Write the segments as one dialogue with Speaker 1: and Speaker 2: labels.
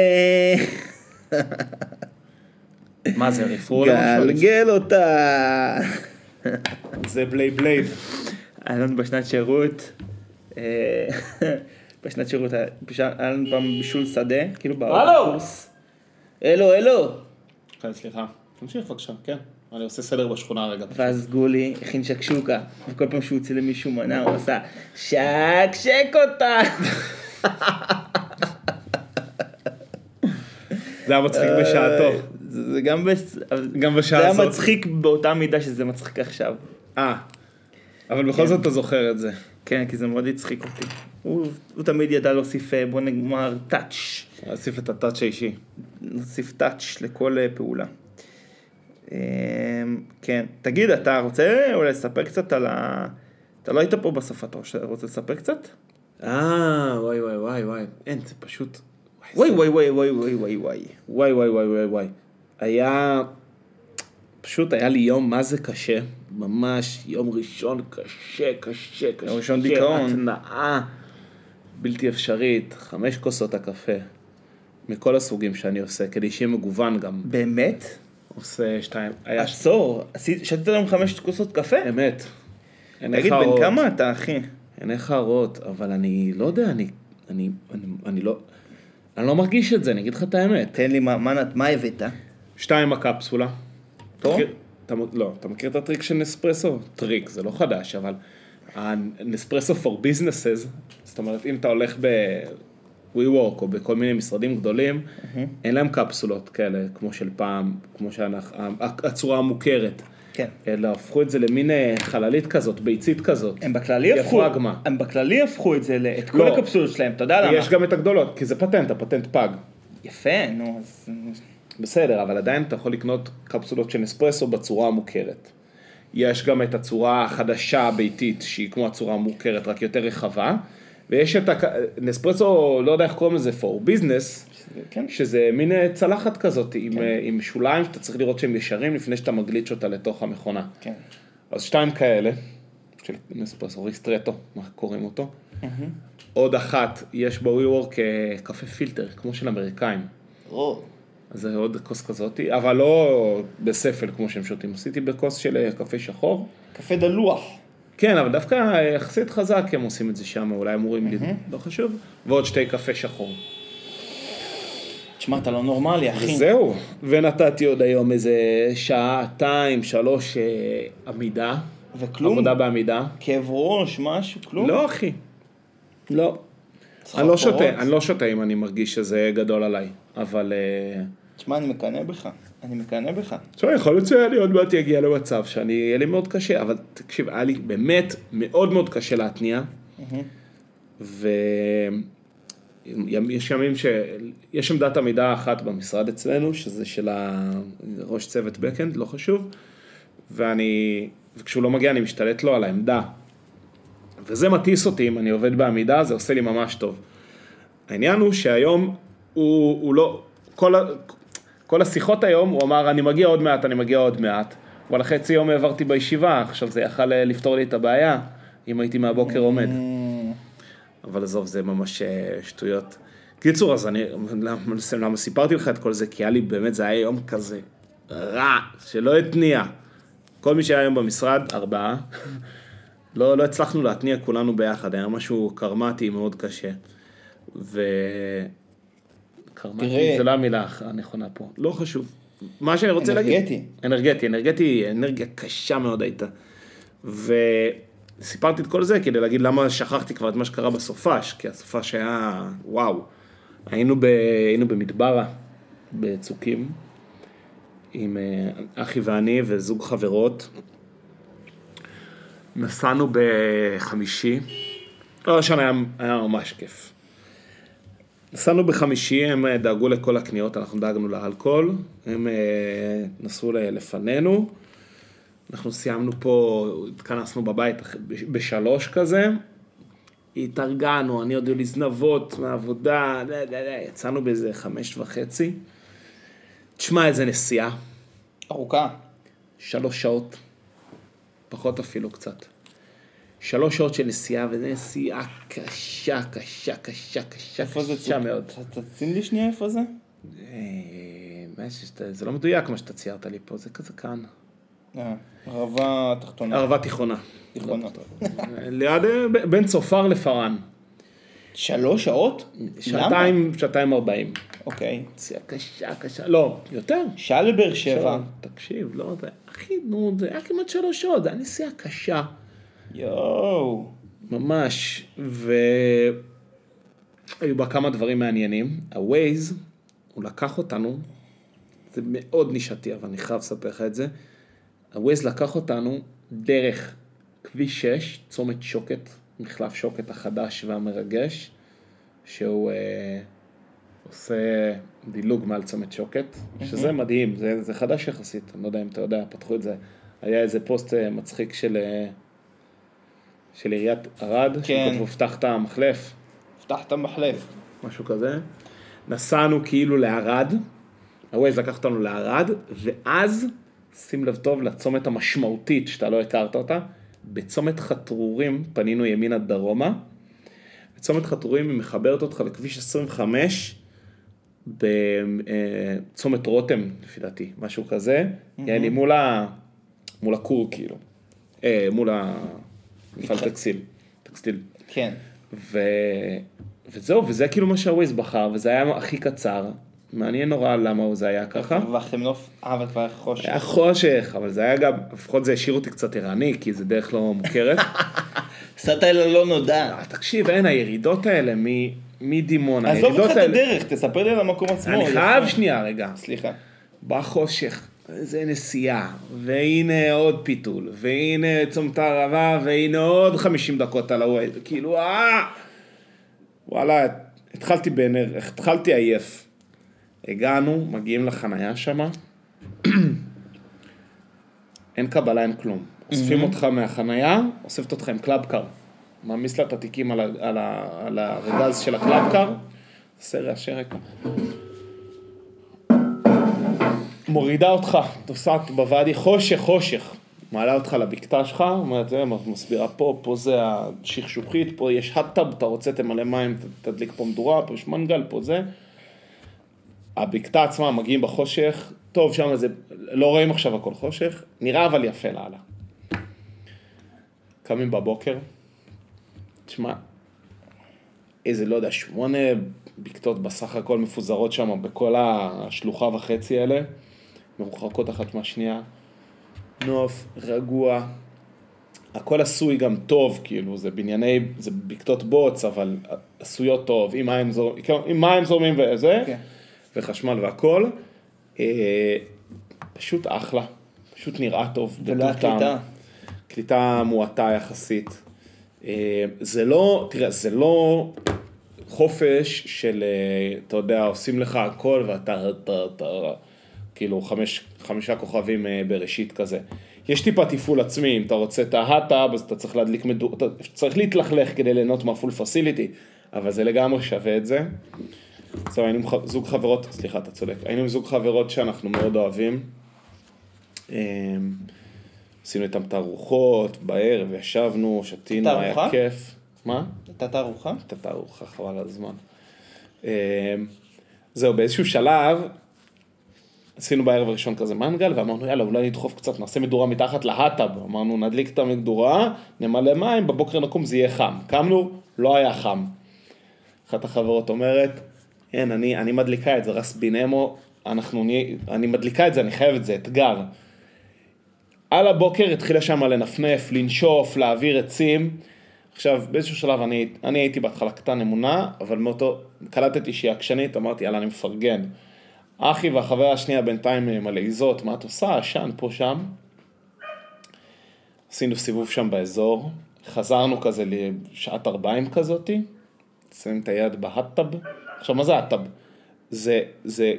Speaker 1: אה,
Speaker 2: מה זה, רפרול?
Speaker 1: גלגל אותה.
Speaker 3: זה בלייד בלייד.
Speaker 1: אלון בשנת שירות, אה, בשנת שירות, היה- פש- היה לנו פעם בישול שדה, כאילו באוטובוס. אלו, אלו.
Speaker 3: כן, סליחה. תמשיך בבקשה, כן. אני עושה סדר בשכונה רגע.
Speaker 1: ואז גולי הכין שקשוקה, וכל פעם שהוא הוציא למישהו מנה הוא עשה שקשק אותה.
Speaker 3: זה היה מצחיק בשעתו.
Speaker 1: זה זה גם בש-
Speaker 3: גם בשעה
Speaker 1: זה היה
Speaker 3: הזאת.
Speaker 1: מצחיק באותה מידה שזה מצחיק עכשיו.
Speaker 3: אה. אבל בכל זאת אתה זוכר את זה.
Speaker 1: כן, כי זה מאוד הצחיק אותי. הוא הוא תמיד ידע להוסיף, אה, בוא נגמר, טאץ'.
Speaker 3: להוסיף את הטאץ' האישי.
Speaker 1: נוסיף טאץ' לכל אה, פעולה. אה, כן, תגיד, אתה רוצה אה, אולי לספר קצת על ה... אתה לא היית פה בסוף, אתה רוצה- רוצה לספר קצת?
Speaker 3: אה, וואי וואי וואי וואי. אין, זה פשוט...
Speaker 1: וואי וואי וואי וואי וואי וואי וואי.
Speaker 3: וואי וואי וואי וואי וואי. היה... פשוט היה לי יום מה זה קשה. ממש יום ראשון קשה, קשה, קשה.
Speaker 1: יום ראשון דיכאון.
Speaker 3: התנאה בלתי אפשרית. חמש כוסות הקפה. מכל הסוגים שאני עושה, כדי שיהיה מגוון גם.
Speaker 1: באמת?
Speaker 3: עושה שתיים. היה ש...
Speaker 1: עצור, עשית- שתית היום חמש כוסות קפה?
Speaker 3: אמת. עיניך
Speaker 1: תגיד, בן
Speaker 3: רואות.
Speaker 1: כמה אתה, אחי?
Speaker 3: עיניך רואות, אבל אני לא יודע, אני... אני... אני, אני לא... אני לא מרגיש את זה, אני אגיד לך את האמת.
Speaker 1: תן לי, מה- מה נת- מה הבאת?
Speaker 3: שתיים הקפסולה.
Speaker 1: פה?
Speaker 3: מכיר- אתה, מ- לא, אתה מכיר את הטריק של נספרסו? טריק, זה לא חדש, אבל הנספרסו for businesses, זאת אומרת, אם אתה הולך ב... WeWork או בכל מיני משרדים גדולים, אין להם קפסולות כאלה, כמו של פעם, כמו שאנחנו, הצורה המוכרת.
Speaker 1: כן.
Speaker 3: אלא הפכו את זה למין אה, חללית כזאת, ביצית כזאת.
Speaker 1: הם בכללי הפכו,
Speaker 3: יפרגמה.
Speaker 1: הם בכללי הפכו את זה, ל- את כל
Speaker 3: לא.
Speaker 1: הקפסולות שלהם, אתה יודע
Speaker 3: יש
Speaker 1: למה?
Speaker 3: גם את הגדולות, כי זה פטנט, הפטנט פג.
Speaker 1: יפה, נו, אז...
Speaker 3: בסדר, אבל עדיין אתה יכול לקנות קפסולות של אספרסו בצורה המוכרת. יש גם את הצורה החדשה הביתית, שהיא כמו הצורה המוכרת, רק יותר רחבה. ויש את הק... נספרסו, לא יודע איך קוראים לזה, for business,
Speaker 1: כן.
Speaker 3: שזה מין אה, צלחת כזאת, עם, אה, עם שוליים שאתה צריך לראות שהם ישרים לפני שאתה מגליץ' אותה לתוך המכונה.
Speaker 1: כן.
Speaker 3: אז שתיים כאלה, של נספרסו ריסטרטו, מה קוראים אותו. עוד אחת, יש ב-WeWork אה, קפה פילטר, כמו של אמריקאים.
Speaker 1: או.
Speaker 3: אז זה עוד כוס כזאתי, אבל לא בספל כמו שהם שותים. עשיתי בכוס של אה, קפה שחור.
Speaker 1: קפה דלוח.
Speaker 3: כן, אבל דווקא אה, יחסית חזק הם עושים את זה שם, אולי אמורים לי, לא חשוב. ועוד שתי קפה שחור.
Speaker 1: תשמע, אתה לא נורמלי, אחי.
Speaker 3: וזהו. ונתתי עוד היום איזה שעתיים, שלוש אה, עמידה.
Speaker 1: וכלום?
Speaker 3: עבודה בעמידה.
Speaker 1: כאב ראש, משהו, כלום?
Speaker 3: לא, אחי. לא.
Speaker 1: סחרחורות?
Speaker 3: אני לא שותה, אני לא שותה אם אני מרגיש שזה גדול עליי, אבל... אה,
Speaker 1: תשמע, אני מקנא בך. אני מקנא בך.
Speaker 3: תשמע, יכול להיות שאני עוד מעט אגיע למצב שאני, יהיה לי מאוד קשה, אבל תקשיב, היה לי באמת מאוד מאוד קשה להתניע, ויש ימים ש... יש עמדת עמידה אחת במשרד אצלנו, שזה של הראש צוות backend, לא חשוב, ואני, וכשהוא לא מגיע אני משתלט לו על העמדה, וזה מטיס אותי אם אני עובד בעמידה, זה עושה לי ממש טוב. העניין הוא שהיום הוא, הוא לא, כל, ה- כל השיחות היום הוא אמר אני מגיע עוד מעט, אני מגיע עוד מעט, אבל חצי יום העברתי בישיבה, עכשיו זה יכל אה, לפתור לי את הבעיה אם הייתי מהבוקר עומד. אבל עזוב, זה ממש אה, שטויות. קיצור, אז אני, למה, למה סיפרתי לך את כל זה? כי היה לי באמת, זה היה יום כזה רע, שלא התניע. כל מי שהיה היום במשרד, ארבעה, לא, לא הצלחנו להתניע כולנו ביחד, היה משהו קרמטי מאוד קשה. ו...
Speaker 1: תראה.
Speaker 3: קרמטי זה לא המילה הנכונה פה, לא חשוב. מה שאני רוצה להגיד...
Speaker 1: אנרגטי.
Speaker 3: אנרגטי, אנרגטי, אנרגיה קשה מאוד הייתה. וסיפרתי את כל זה כדי להגיד למה שכחתי כבר את מה שקרה בסופש, כי הסופש היה, וואו. היינו, ב... היינו במדברה, בצוקים, עם אה, אחי ואני וזוג חברות. נסענו בחמישי, לא ראשון היה, היה ממש כיף. נסענו בחמישי, הם אה, דאגו לכל הקניות, אנחנו דאגנו לאלכוהול, הם אה, נסעו ל- לפנינו, אנחנו סיימנו פה, התכנסנו בבית אח- בש- בשלוש כזה, התארגנו, אני עוד היו לי זנבות מהעבודה, לא, לא, לא, יצאנו באיזה חמש וחצי. תשמע, איזה נסיעה,
Speaker 1: ארוכה.
Speaker 3: שלוש שעות, פחות אפילו קצת. שלוש שעות של נסיעה, וזו נסיעה קשה, קשה, קשה, קשה,
Speaker 1: איפה זה
Speaker 3: קשה מאוד.
Speaker 1: אתה תשים לי שנייה איפה זה?
Speaker 3: אה, האמת שזה- זה לא מדויק מה שאתה ציירת לי פה, זה כזה כאן.
Speaker 4: אה, ערבה תחתונה.
Speaker 3: ערבה תיכונה.
Speaker 4: תיכונה.
Speaker 3: ליד, אה, ב- בין צופר לפארן.
Speaker 4: שלוש שעות? למה?
Speaker 3: שעתיים, שעתיים ארבעים.
Speaker 4: אוקיי.
Speaker 3: פציעה קשה, קשה, לא, יותר.
Speaker 4: שעה לבאר שבע.
Speaker 3: שעה, תקשיב, לא, זה, אחי, נו, זה היה כמעט שלוש שעות, זה היה נסיעה קשה,
Speaker 4: יואו.
Speaker 3: ממש, והיו בה כמה דברים מעניינים. ה-Waze, הוא לקח אותנו, זה מאוד נישתי, אבל אני חייב לספר לך את זה, ה-Waze לקח אותנו דרך כביש 6, צומת שוקת, מחלף שוקת החדש והמרגש, שהוא אה, עושה דילוג מעל צומת שוקת, שזה מדהים, זה, זה חדש יחסית, אני לא יודע אם אתה יודע, פתחו את זה. היה איזה פוסט אה, מצחיק של, אה, של עיריית ערד,
Speaker 4: כן.
Speaker 3: שכתבו פתח את המחלף,
Speaker 4: פתח את המחלף.
Speaker 3: משהו כזה. נסענו כאילו לערד, הווייז לקח אותנו לערד, ואז, שים לב טוב לצומת המשמעותית שאתה לא הכרת אותה, בצומת חתרורים פנינו ימינה דרומה, בצומת חתרורים היא מחברת אותך לכביש 25, בצומת אה, רותם לפי דעתי, משהו כזה, יעני מול, ה... מול הכור כאילו, אה, מול המפעל טקסטיל, טקסטיל.
Speaker 4: כן.
Speaker 3: ו... וזהו, וזה כאילו מה שהווייז בחר, וזה היה הכי קצר. מעניין נורא למה הוא זה היה ככה.
Speaker 4: והחמנוף, אה, אבל כבר חושך.
Speaker 3: היה חושך, אבל זה היה גם, לפחות זה השאיר אותי קצת ערני, כי זה דרך לא מוכרת.
Speaker 4: סעת אל
Speaker 1: לא
Speaker 4: הלא נודע.
Speaker 3: אה, תקשיב, אין, הירידות האלה מ- מדימונה,
Speaker 4: עזוב
Speaker 3: הירידות
Speaker 4: אותך את
Speaker 3: האלה...
Speaker 4: הדרך, תספר לי על המקום עצמו.
Speaker 3: אני
Speaker 4: יפה.
Speaker 3: חייב שנייה רגע.
Speaker 4: סליחה.
Speaker 3: בא חושך, זה נסיעה, והנה עוד פיתול, והנה צומת הערבה, והנה עוד 50 דקות על הווייז, כאילו, אה! וואלה, התחלתי בנר, התחלתי עייף. הגענו, מגיעים לחנייה שמה, אין קבלה, אין כלום. אוספים אותך מהחנייה, אוספת אותך עם קלאבקר. מעמיס לה את התיקים על, ה- על, ה- על הארגז של הקלאבקר, עושה רעשי רקע. מורידה אותך, נוסעת בוואדי, חושך, חושך. מעלה אותך לבקתה שלך, אומרת, "אה, מסבירה פה, פה זה השכשוכית, פה יש הטאב, אתה רוצה תמלא מים, ת- תדליק פה מדורה, פה יש מנגל, פה זה. הבקתה עצמה מגיעים בחושך, טוב, שם זה, לא רואים עכשיו הכל חושך, נראה אבל יפה לאללה. קמים בבוקר, תשמע, איזה, לא יודע, שמונה בקתות בסך הכל מפוזרות שם בכל השלוחה וחצי האלה, מרוחקות אחת מהשנייה. נוף, רגוע, הכל עשוי גם טוב, כאילו, זה בנייני, זה בקתות בוץ, אבל עשויות טוב, עם מים, זור, כאילו, עם מים זורמים וזה,
Speaker 4: כן.
Speaker 3: וחשמל והכל. אה, פשוט אחלה, פשוט נראה טוב.
Speaker 4: ולא
Speaker 1: לא
Speaker 3: בטוב טעם.
Speaker 4: הקליטה.
Speaker 3: קליטה מועטה יחסית. אה, זה לא, תראה, זה לא חופש של, אה, אתה יודע, עושים לך הכל ואתה, אתה, אתה, כאילו, חמש, חמישה כוכבים אה, בראשית כזה. יש טיפה תפעול עצמי, אם אתה רוצה את ההאטאב, אז אתה צריך להדליק מדור, אתה צריך להתלכלך כדי ליהנות מהפול פסיליטי, אבל זה לגמרי שווה את זה. זהו, היינו עם ח- זוג חברות, סליחה, אתה צודק, היינו עם זוג חברות שאנחנו מאוד אוהבים. אה, עשינו איתם תערוכות בערב, ישבנו, שתינו,
Speaker 4: תערוכה?
Speaker 3: היה כיף. מה?
Speaker 4: הייתה תערוכה?
Speaker 3: הייתה תערוכה, חבל על הזמן. אמ, זהו, באיזשהו שלב, עשינו בערב הראשון כזה מנגל, ואמרנו, יאללה, אולי נדחוף קצת, נעשה מדורה מתחת להטאב. אמרנו, נדליק את המדורה, נמלא מים, בבוקר נקום, זה יהיה חם. קמנו, לא היה חם. אחת החברות אומרת, אין, אני, אני מדליקה את זה, רס בינמו, אנחנו נהיה, אני מדליקה את זה, אני חייב את זה, אתגר. על הבוקר התחילה שם לנפנף, לנשוף, להעביר עצים. עכשיו, באיזשהו שלב אני, אני הייתי בהתחלה קטן אמונה, אבל מאותו, קלטתי שהיא עקשנית, אמרתי, יאללה, אני מפרגן. אחי והחבר השנייה בינתיים אה, מלעיזות, מה את עושה? עשן, פה, שם. עשינו סיבוב שם באזור, חזרנו כזה לשעת ארבעים כזאתי, שמים את היד בהטאב. עכשיו, מה זה הטאב? זה, זה,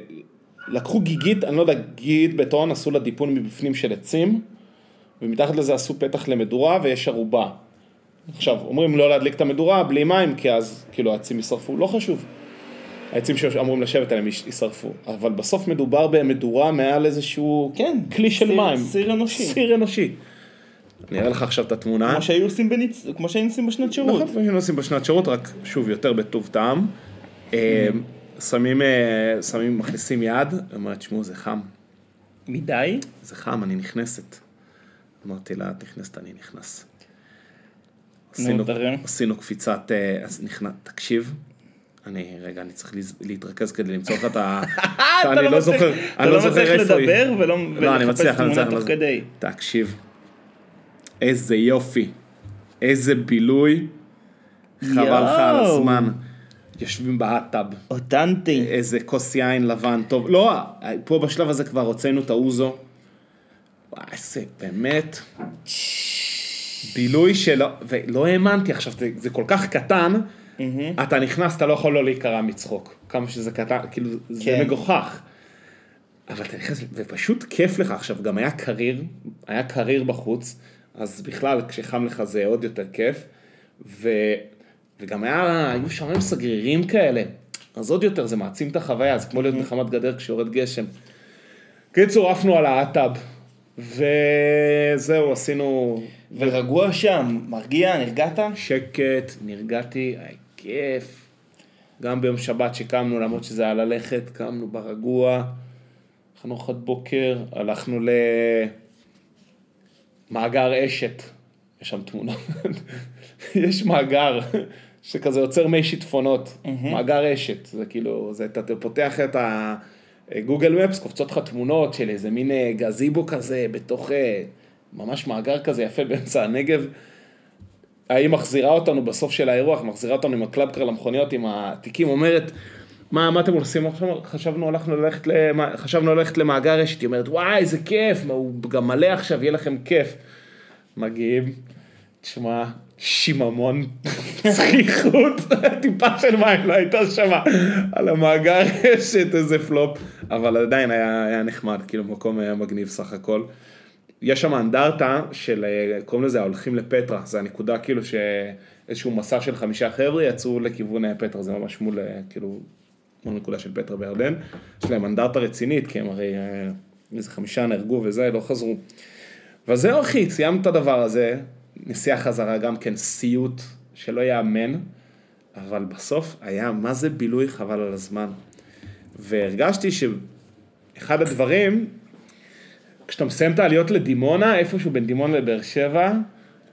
Speaker 3: לקחו גיגית, אני לא יודע, גיגית בטון, עשו לה דיפון מבפנים של עצים, ומתחת לזה עשו פתח למדורה ויש ערובה. עכשיו, אומרים לא להדליק את המדורה בלי מים, כי אז כאילו העצים יישרפו, לא חשוב. העצים שאמורים לשבת עליהם יש- יישרפו, אבל בסוף מדובר במדורה מעל איזשהו
Speaker 4: כן,
Speaker 3: כלי של
Speaker 4: סיר-
Speaker 3: מים.
Speaker 4: סיר אנושי.
Speaker 3: סיר אנושי. אני אראה לך עכשיו את התמונה.
Speaker 4: כמו שהיו עושים בניצ... כמו שהיינו עושים בשנת שירות.
Speaker 3: נכון, כמו שהיינו עושים בשנת שירות, רק שוב יותר בטוב טעם. אה, שמים, אה, שמים, מכניסים יד, היא אומרת, תשמעו, זה חם,
Speaker 1: מדי?
Speaker 3: זה חם, אני נכנסת. אמרתי לה, את נכנסת, אני נכנס. עשינו,
Speaker 5: תרים.
Speaker 3: עשינו קפיצת, אה, אז נכנס, תקשיב, אני, רגע, אני צריך להז- להתרכז כדי למצוא לך את ה...
Speaker 1: אתה
Speaker 3: אני
Speaker 1: לא
Speaker 3: לא
Speaker 1: מצליח-
Speaker 3: זוכר,
Speaker 1: אתה
Speaker 3: אני
Speaker 1: לא
Speaker 3: לא זוכר
Speaker 1: מצליח
Speaker 3: איפה היא.
Speaker 1: לדבר ולא
Speaker 3: לא, אני
Speaker 1: ולחפש
Speaker 3: מצליח, אני
Speaker 1: תמונה
Speaker 3: מצליח.
Speaker 1: תוך
Speaker 3: אני
Speaker 1: כדי.
Speaker 3: מצליח. תקשיב, איזה יופי, איזה בילוי, חבל לך על
Speaker 1: יואו.
Speaker 3: הזמן. יושבים באטאב,
Speaker 1: אותנטי.
Speaker 3: איזה כוס יין לבן טוב. לא, פה בשלב הזה כבר הוצאנו את האוזו. וואי, זה באמת בילוי שלא, ולא האמנתי עכשיו, זה- זה כל כך קטן, אתה נכנס, אתה לא יכול לא להיקרע מצחוק. כמה שזה קטן, כאילו, זה
Speaker 1: כן.
Speaker 3: מגוחך. אבל אתה נכנס, ופשוט כיף לך. עכשיו, גם היה קריר, היה קריר בחוץ, אז בכלל, כשחם לך זה עוד יותר כיף. ו... וגם היה, היו שמים סגרירים כאלה. אז עוד יותר, זה מעצים את החוויה, זה כמו להיות בחמת גדר כשיורד גשם. קיצור, עפנו על האטאב, וזהו, עשינו
Speaker 1: ורגוע שם, מרגיע, נרגעת?
Speaker 3: שקט, נרגעתי, היה כיף. גם ביום שבת שקמנו, למרות שזה היה ללכת, קמנו ברגוע, אכלנו ארוחת בוקר, הלכנו למאגר אשת, יש שם תמונה, יש מאגר שכזה יוצר מי שיטפונות, מאגר אשת, זה כאילו, זה, אתה אתה פותח את ה... גוגל מפס קופצות לך תמונות של איזה מין אה, גזיבו כזה בתוך אה, ממש מאגר כזה יפה באמצע הנגב. ההיא מחזירה אותנו בסוף של האירוח, מחזירה אותנו עם הקלאבקר למכוניות, עם התיקים, אומרת, מה, מה אתם עושים עכשיו? חשבנו, הלכנו ללכת, למ... חשבנו ללכת למאגר רשת, היא אומרת, וואי, איזה כיף, מה, הוא גם מלא עכשיו, יהיה לכם כיף. מגיעים, תשמע, שיממון, צחיחות, טיפה של מים לא הייתה שמה, על המאגר רשת, איזה פלופ, אבל עדיין היה, היה נחמד, כאילו מקום היה מגניב סך הכל. יש שם אנדרטה של, אה, קוראים לזה ההולכים לפטרה, זה הנקודה כאילו שאיזשהו מסע של חמישה חבר'ה יצאו לכיוון אה, פטרה, זה ממש מול, אה, כאילו, מול נקודה של פטרה בירדן. יש להם אנדרטה רצינית, כי הם הרי אה, איזה חמישה נהרגו וזה, לא חזרו. וזהו אחי, סיימנו את הדבר הזה, נסיעה חזרה גם כן סיוט שלא ייאמן, אבל בסוף היה מה זה בילוי חבל על הזמן. והרגשתי שאחד הדברים, כשאתה מסיים את העליות לדימונה, איפשהו בין דימונה לבאר שבע,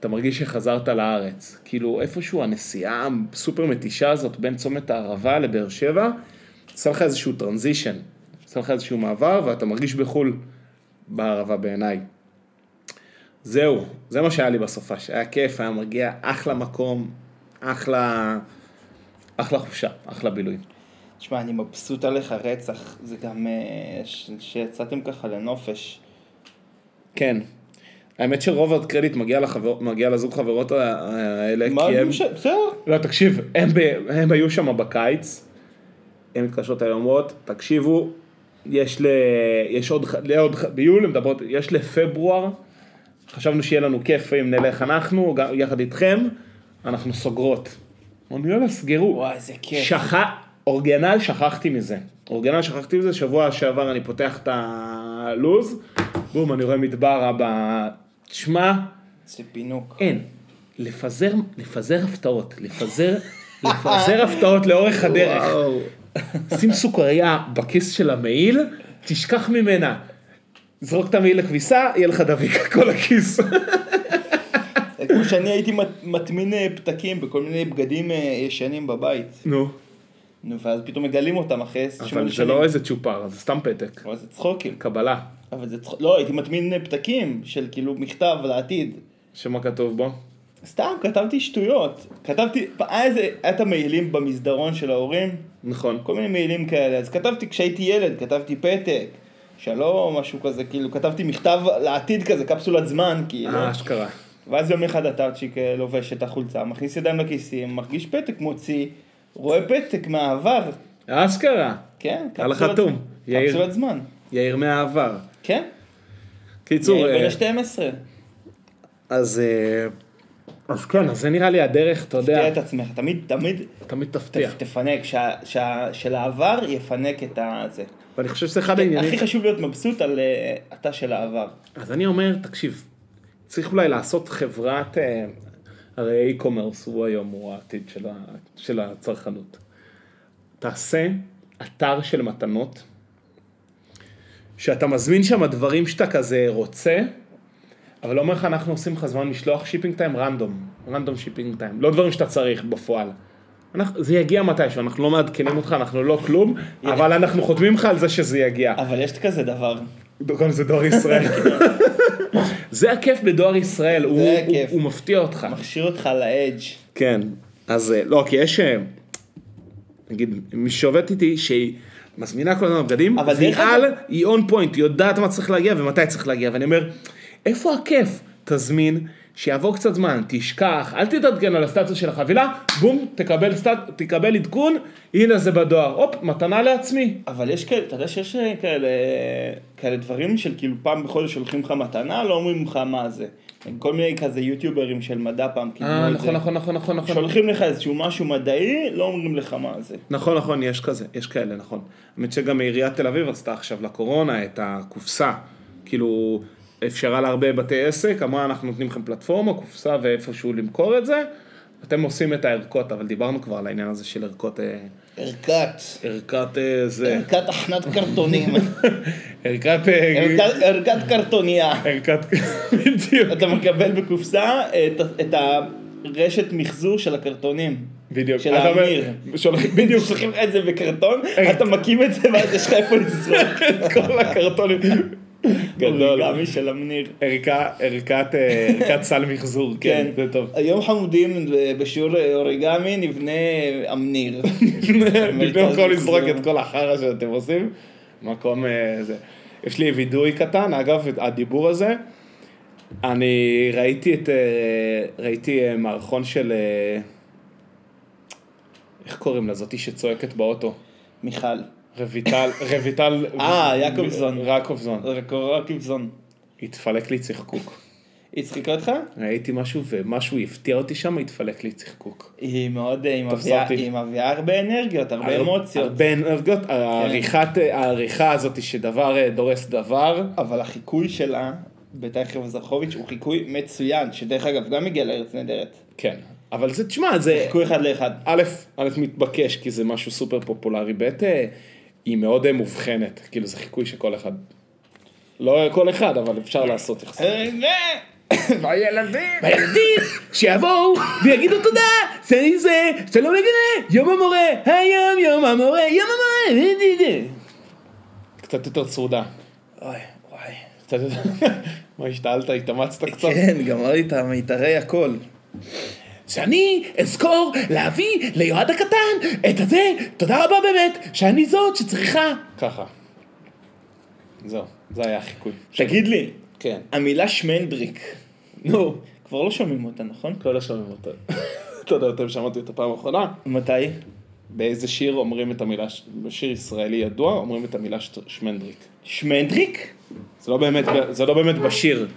Speaker 3: אתה מרגיש שחזרת לארץ. כאילו איפשהו הנסיעה הסופר מתישה הזאת בין צומת הערבה לבאר שבע, שם לך איזשהו טרנזישן, שם לך איזשהו מעבר ואתה מרגיש בחו"ל בערבה בעיניי. זהו, זה מה שהיה לי בסופש, היה כיף, היה מרגיע, אחלה מקום, אחלה, אחלה חופשה, אחלה בילוי.
Speaker 1: תשמע, אני מבסוט עליך רצח. זה גם אה, ש- שיצאתם ככה לנופש.
Speaker 3: כן. האמת שרוב הקרדיט מגיע, לחבר... מגיע לזוג חברות ה- האלה,
Speaker 1: מה
Speaker 3: כי
Speaker 1: זה
Speaker 3: הם...
Speaker 1: מש- בסדר.
Speaker 3: לא, תקשיב, הם, ב... הם היו שם בקיץ, הן מתקשרות אליי ואומרות, תקשיבו, יש ל... יש עוד... ח- לעוד... ח- ביולי, הן מדברות, יש לפברואר, חשבנו שיהיה לנו כיף אם נלך אנחנו, גם... יחד איתכם, אנחנו סוגרות. אמרנו, יאללה, סגרו.
Speaker 1: וואי, איזה כיף.
Speaker 3: שכ... אורגנל שכחתי מזה. אורגנל שכחתי מזה, שבוע שעבר אני פותח את הלוז, בום, אני רואה מדבר אבא, תשמע,
Speaker 1: זה פינוק.
Speaker 3: אין. לפזר, לפזר הפתעות, לפזר, לפזר הפתעות לאורך הדרך. שים סוכריה בכיס של המעיל, תשכח ממנה. זרוק את המעיל לכביסה, יהיה לך דביק כל הכיס.
Speaker 1: זה כמו שאני הייתי מת- מטמין אה, פתקים בכל מיני בגדים אה, ישנים בבית.
Speaker 3: נו,
Speaker 1: נו, ואז פתאום מגלים אותם אחרי
Speaker 3: אבל
Speaker 1: שמונה
Speaker 3: זה
Speaker 1: שנים.
Speaker 3: לא איזה צ'ופר, זה סתם פתק.
Speaker 1: אבל זה צחוקים.
Speaker 3: קבלה.
Speaker 1: אבל זה צחוק. לא, הייתי מטמין אה, פתקים של כאילו מכתב לעתיד.
Speaker 3: שמה כתוב בו?
Speaker 1: סתם, כתבתי שטויות. כתבתי, היה איזה, היה את המעילים במסדרון של ההורים,
Speaker 3: נכון.
Speaker 1: כל מיני מעילים כאלה. אז כתבתי כשהייתי ילד, כתבתי פתק, שלום, משהו כזה, כאילו, כתבתי מכתב לעתיד כזה, קפסולת זמן, כאילו.
Speaker 3: אה, אשכרה.
Speaker 1: ואז יום אחד הטאצ'יק אה, לובש את החולצה, מכניס ידיים לכיסים, מרגיש פתק, מוציא, רואה פתק מהעבר,
Speaker 3: אשכרה.
Speaker 1: כן,
Speaker 3: על
Speaker 1: קפסולת-
Speaker 3: החתום, יאיר.
Speaker 1: קפסולת זמן,
Speaker 3: יאיר מהעבר.
Speaker 1: כן,
Speaker 3: קיצור,
Speaker 1: יאיר
Speaker 3: אה,
Speaker 1: בן ה-12,
Speaker 3: אז אה, אז כן, אז זה נראה לי הדרך, אתה
Speaker 1: תראה
Speaker 3: יודע,
Speaker 1: את עצמך, תמיד, תמיד,
Speaker 3: תמיד
Speaker 1: ת-
Speaker 3: תפתיע.
Speaker 1: תפנק, שה- שה- שלעבר יפנק את הזה.
Speaker 3: ואני חושב שזה אחד העניינים.
Speaker 1: הכי חשוב להיות מבסוט על אה, אתה של העבר.
Speaker 3: אז אני אומר, תקשיב, צריך אולי לעשות חברת, אה, הרי e-commerce הוא היום, הוא העתיד של ה- של הצרכנות. תעשה אתר של מתנות, שאתה מזמין שם דברים שאתה כזה רוצה, אבל לא אומר לך אנחנו עושים לך זמן משלוח שיפינג טיים רנדום, רנדום שיפינג טיים, לא דברים שאתה צריך בפועל. אנחנו, זה יגיע מתישהו, אנחנו לא מעדכנים אותך, אנחנו לא כלום, אבל אנחנו חותמים לך על זה שזה יגיע.
Speaker 1: אבל יש כזה דבר.
Speaker 3: דורון זה דואר ישראל. זה הכיף בדואר ישראל, הוא, הוא,
Speaker 1: הכיף.
Speaker 3: הוא מפתיע אותך.
Speaker 1: מכשיר אותך לאדג'.
Speaker 3: כן, אז אה, לא, כי יש, אה, נגיד, מי שעובדת איתי, שהיא מזמינה כל הזמן בגדים,
Speaker 1: אבל
Speaker 3: והיא
Speaker 1: דרך אגב-
Speaker 3: על, היא און פוינט, היא יודעת מה צריך להגיע ומתי צריך להגיע, ואני אומר, איפה הכיף? תזמין, שיעבור קצת זמן, תשכח, אל תתעדכן על הסטטוס של החבילה, בום, תקבל, סטט, תקבל עדכון, הנה זה בדואר, הופ, מתנה לעצמי.
Speaker 1: אבל יש כאלה, אתה יודע שיש אה, כאלה, כאלה דברים של כאילו פעם בחודש שולחים לך מתנה, לא אומרים לך מה זה. כל מיני כזה יוטיוברים של מדע פעם קיבלו
Speaker 3: אה,
Speaker 1: את זה.
Speaker 3: נכון, נכון, נכון, נכון, נכון.
Speaker 1: שולחים לך איזשהו משהו מדעי, לא אומרים לך מה זה.
Speaker 3: נכון, נכון, יש כזה, יש כאלה, נכון. האמת שגם עיריית תל אביב עשתה עכשיו לקורונה את הקופסה. כאילו, אפשרה להרבה בתי עסק, אמרה, אנחנו נותנים לכם פלטפורמה, קופסה ואיפשהו למכור את זה, אתם עושים את הערכות, אבל דיברנו כבר על העניין הזה של ערכות, אה,
Speaker 1: ערכת.
Speaker 3: ערכת אה, זה,
Speaker 1: ערכת הכנת קרטונים.
Speaker 3: ערכת, אה,
Speaker 1: ערכת- ערכת קרטוניה.
Speaker 3: ערכת, בדיוק,
Speaker 1: אתה מקבל בקופסה אה, את ה- את הרשת מחזור של הקרטונים.
Speaker 3: בדיוק,
Speaker 1: של
Speaker 3: אתה אומר-
Speaker 1: האמיר.
Speaker 3: שולחים-
Speaker 1: בדיוק, שולחים לך את זה בקרטון,
Speaker 3: אה.
Speaker 1: אתה מקים את זה ואז יש לך איפה לזרוק את כל הקרטונים.
Speaker 3: גדול.
Speaker 1: אוריגמי של אמניר.
Speaker 3: ערכה- ערכת, אה, ערכת סל מחזור, כן,
Speaker 1: כן.
Speaker 3: זה טוב.
Speaker 1: היום חמודים בשיעור אוריגמי נבנה אמניר.
Speaker 3: במקום
Speaker 1: מרכז
Speaker 3: כל לזרוק
Speaker 1: מחזור.
Speaker 3: את כל החרא שאתם עושים, מקום אה, זה. יש לי וידוי קטן, אגב, הדיבור הזה, אני ראיתי את, אה, ראיתי אה, מערכון של, אה, איך קוראים לה? זאתי שצועקת באוטו.
Speaker 1: מיכל.
Speaker 3: רויטל, רויטל...
Speaker 1: אה, יעקובזון. אה.
Speaker 3: רקובזון.
Speaker 1: רקובזון.
Speaker 3: התפלק לי צחקוק.
Speaker 1: היא הצחיקה אותך?
Speaker 3: ראיתי משהו ומשהו הפתיע אותי שם, התפלק לי צחקוק.
Speaker 1: היא מאוד, אה, היא
Speaker 3: תפסה
Speaker 1: מביאה-
Speaker 3: אותי.
Speaker 1: היא מביאה הרבה אנרגיות, הרבה
Speaker 3: הר-
Speaker 1: אמוציות. כן.
Speaker 3: הרבה אנרגיות, העריכת- אה, העריכה הזאת שדבר אה, דורס דבר.
Speaker 1: אבל החיקוי שלה, בתייכר וזרחוביץ', הוא חיקוי מצוין, שדרך אגב גם הגיע לארץ נהדרת.
Speaker 3: כן, אבל זה, תשמע, זה
Speaker 1: חיקוי אחד לאחד.
Speaker 3: א', א', מתבקש, כי זה משהו סופר פופולרי, ב', אה, היא מאוד אה, מובחנת, כאילו זה חיקוי שכל אחד, לא כל אחד, אבל אפשר לעשות יחסית.
Speaker 1: והילדים!
Speaker 3: הילדים שיבואו ויגידו תודה, שאני זה, לא שלום לגנה, יום המורה, היום יום המורה, יום המורה, קצת יותר צרודה.
Speaker 1: אוי, וואי.
Speaker 3: קצת יותר... מה, השתעלת, התאמצת קצת?
Speaker 1: כן, גמר לי את המיתרי הכל.
Speaker 3: שאני אזכור להביא ליועד הקטן את הזה, תודה רבה באמת, שאני זאת שצריכה. ככה. זהו, זה היה החיקוי.
Speaker 1: תגיד לי,
Speaker 3: כן.
Speaker 1: המילה שמנדריק,
Speaker 3: נו.
Speaker 1: כבר לא שומעים אותה, נכון?
Speaker 3: לא, לא שומעים אותה. אתה יודע, אתם שמעתי אותה פעם אחרונה.
Speaker 1: מתי?
Speaker 3: באיזה שיר אומרים את המילה, ש- בשיר ישראלי ידוע, אומרים את המילה ש- שמנדריק.
Speaker 1: שמנדריק?
Speaker 3: זה לא באמת, זה לא באמת בשיר.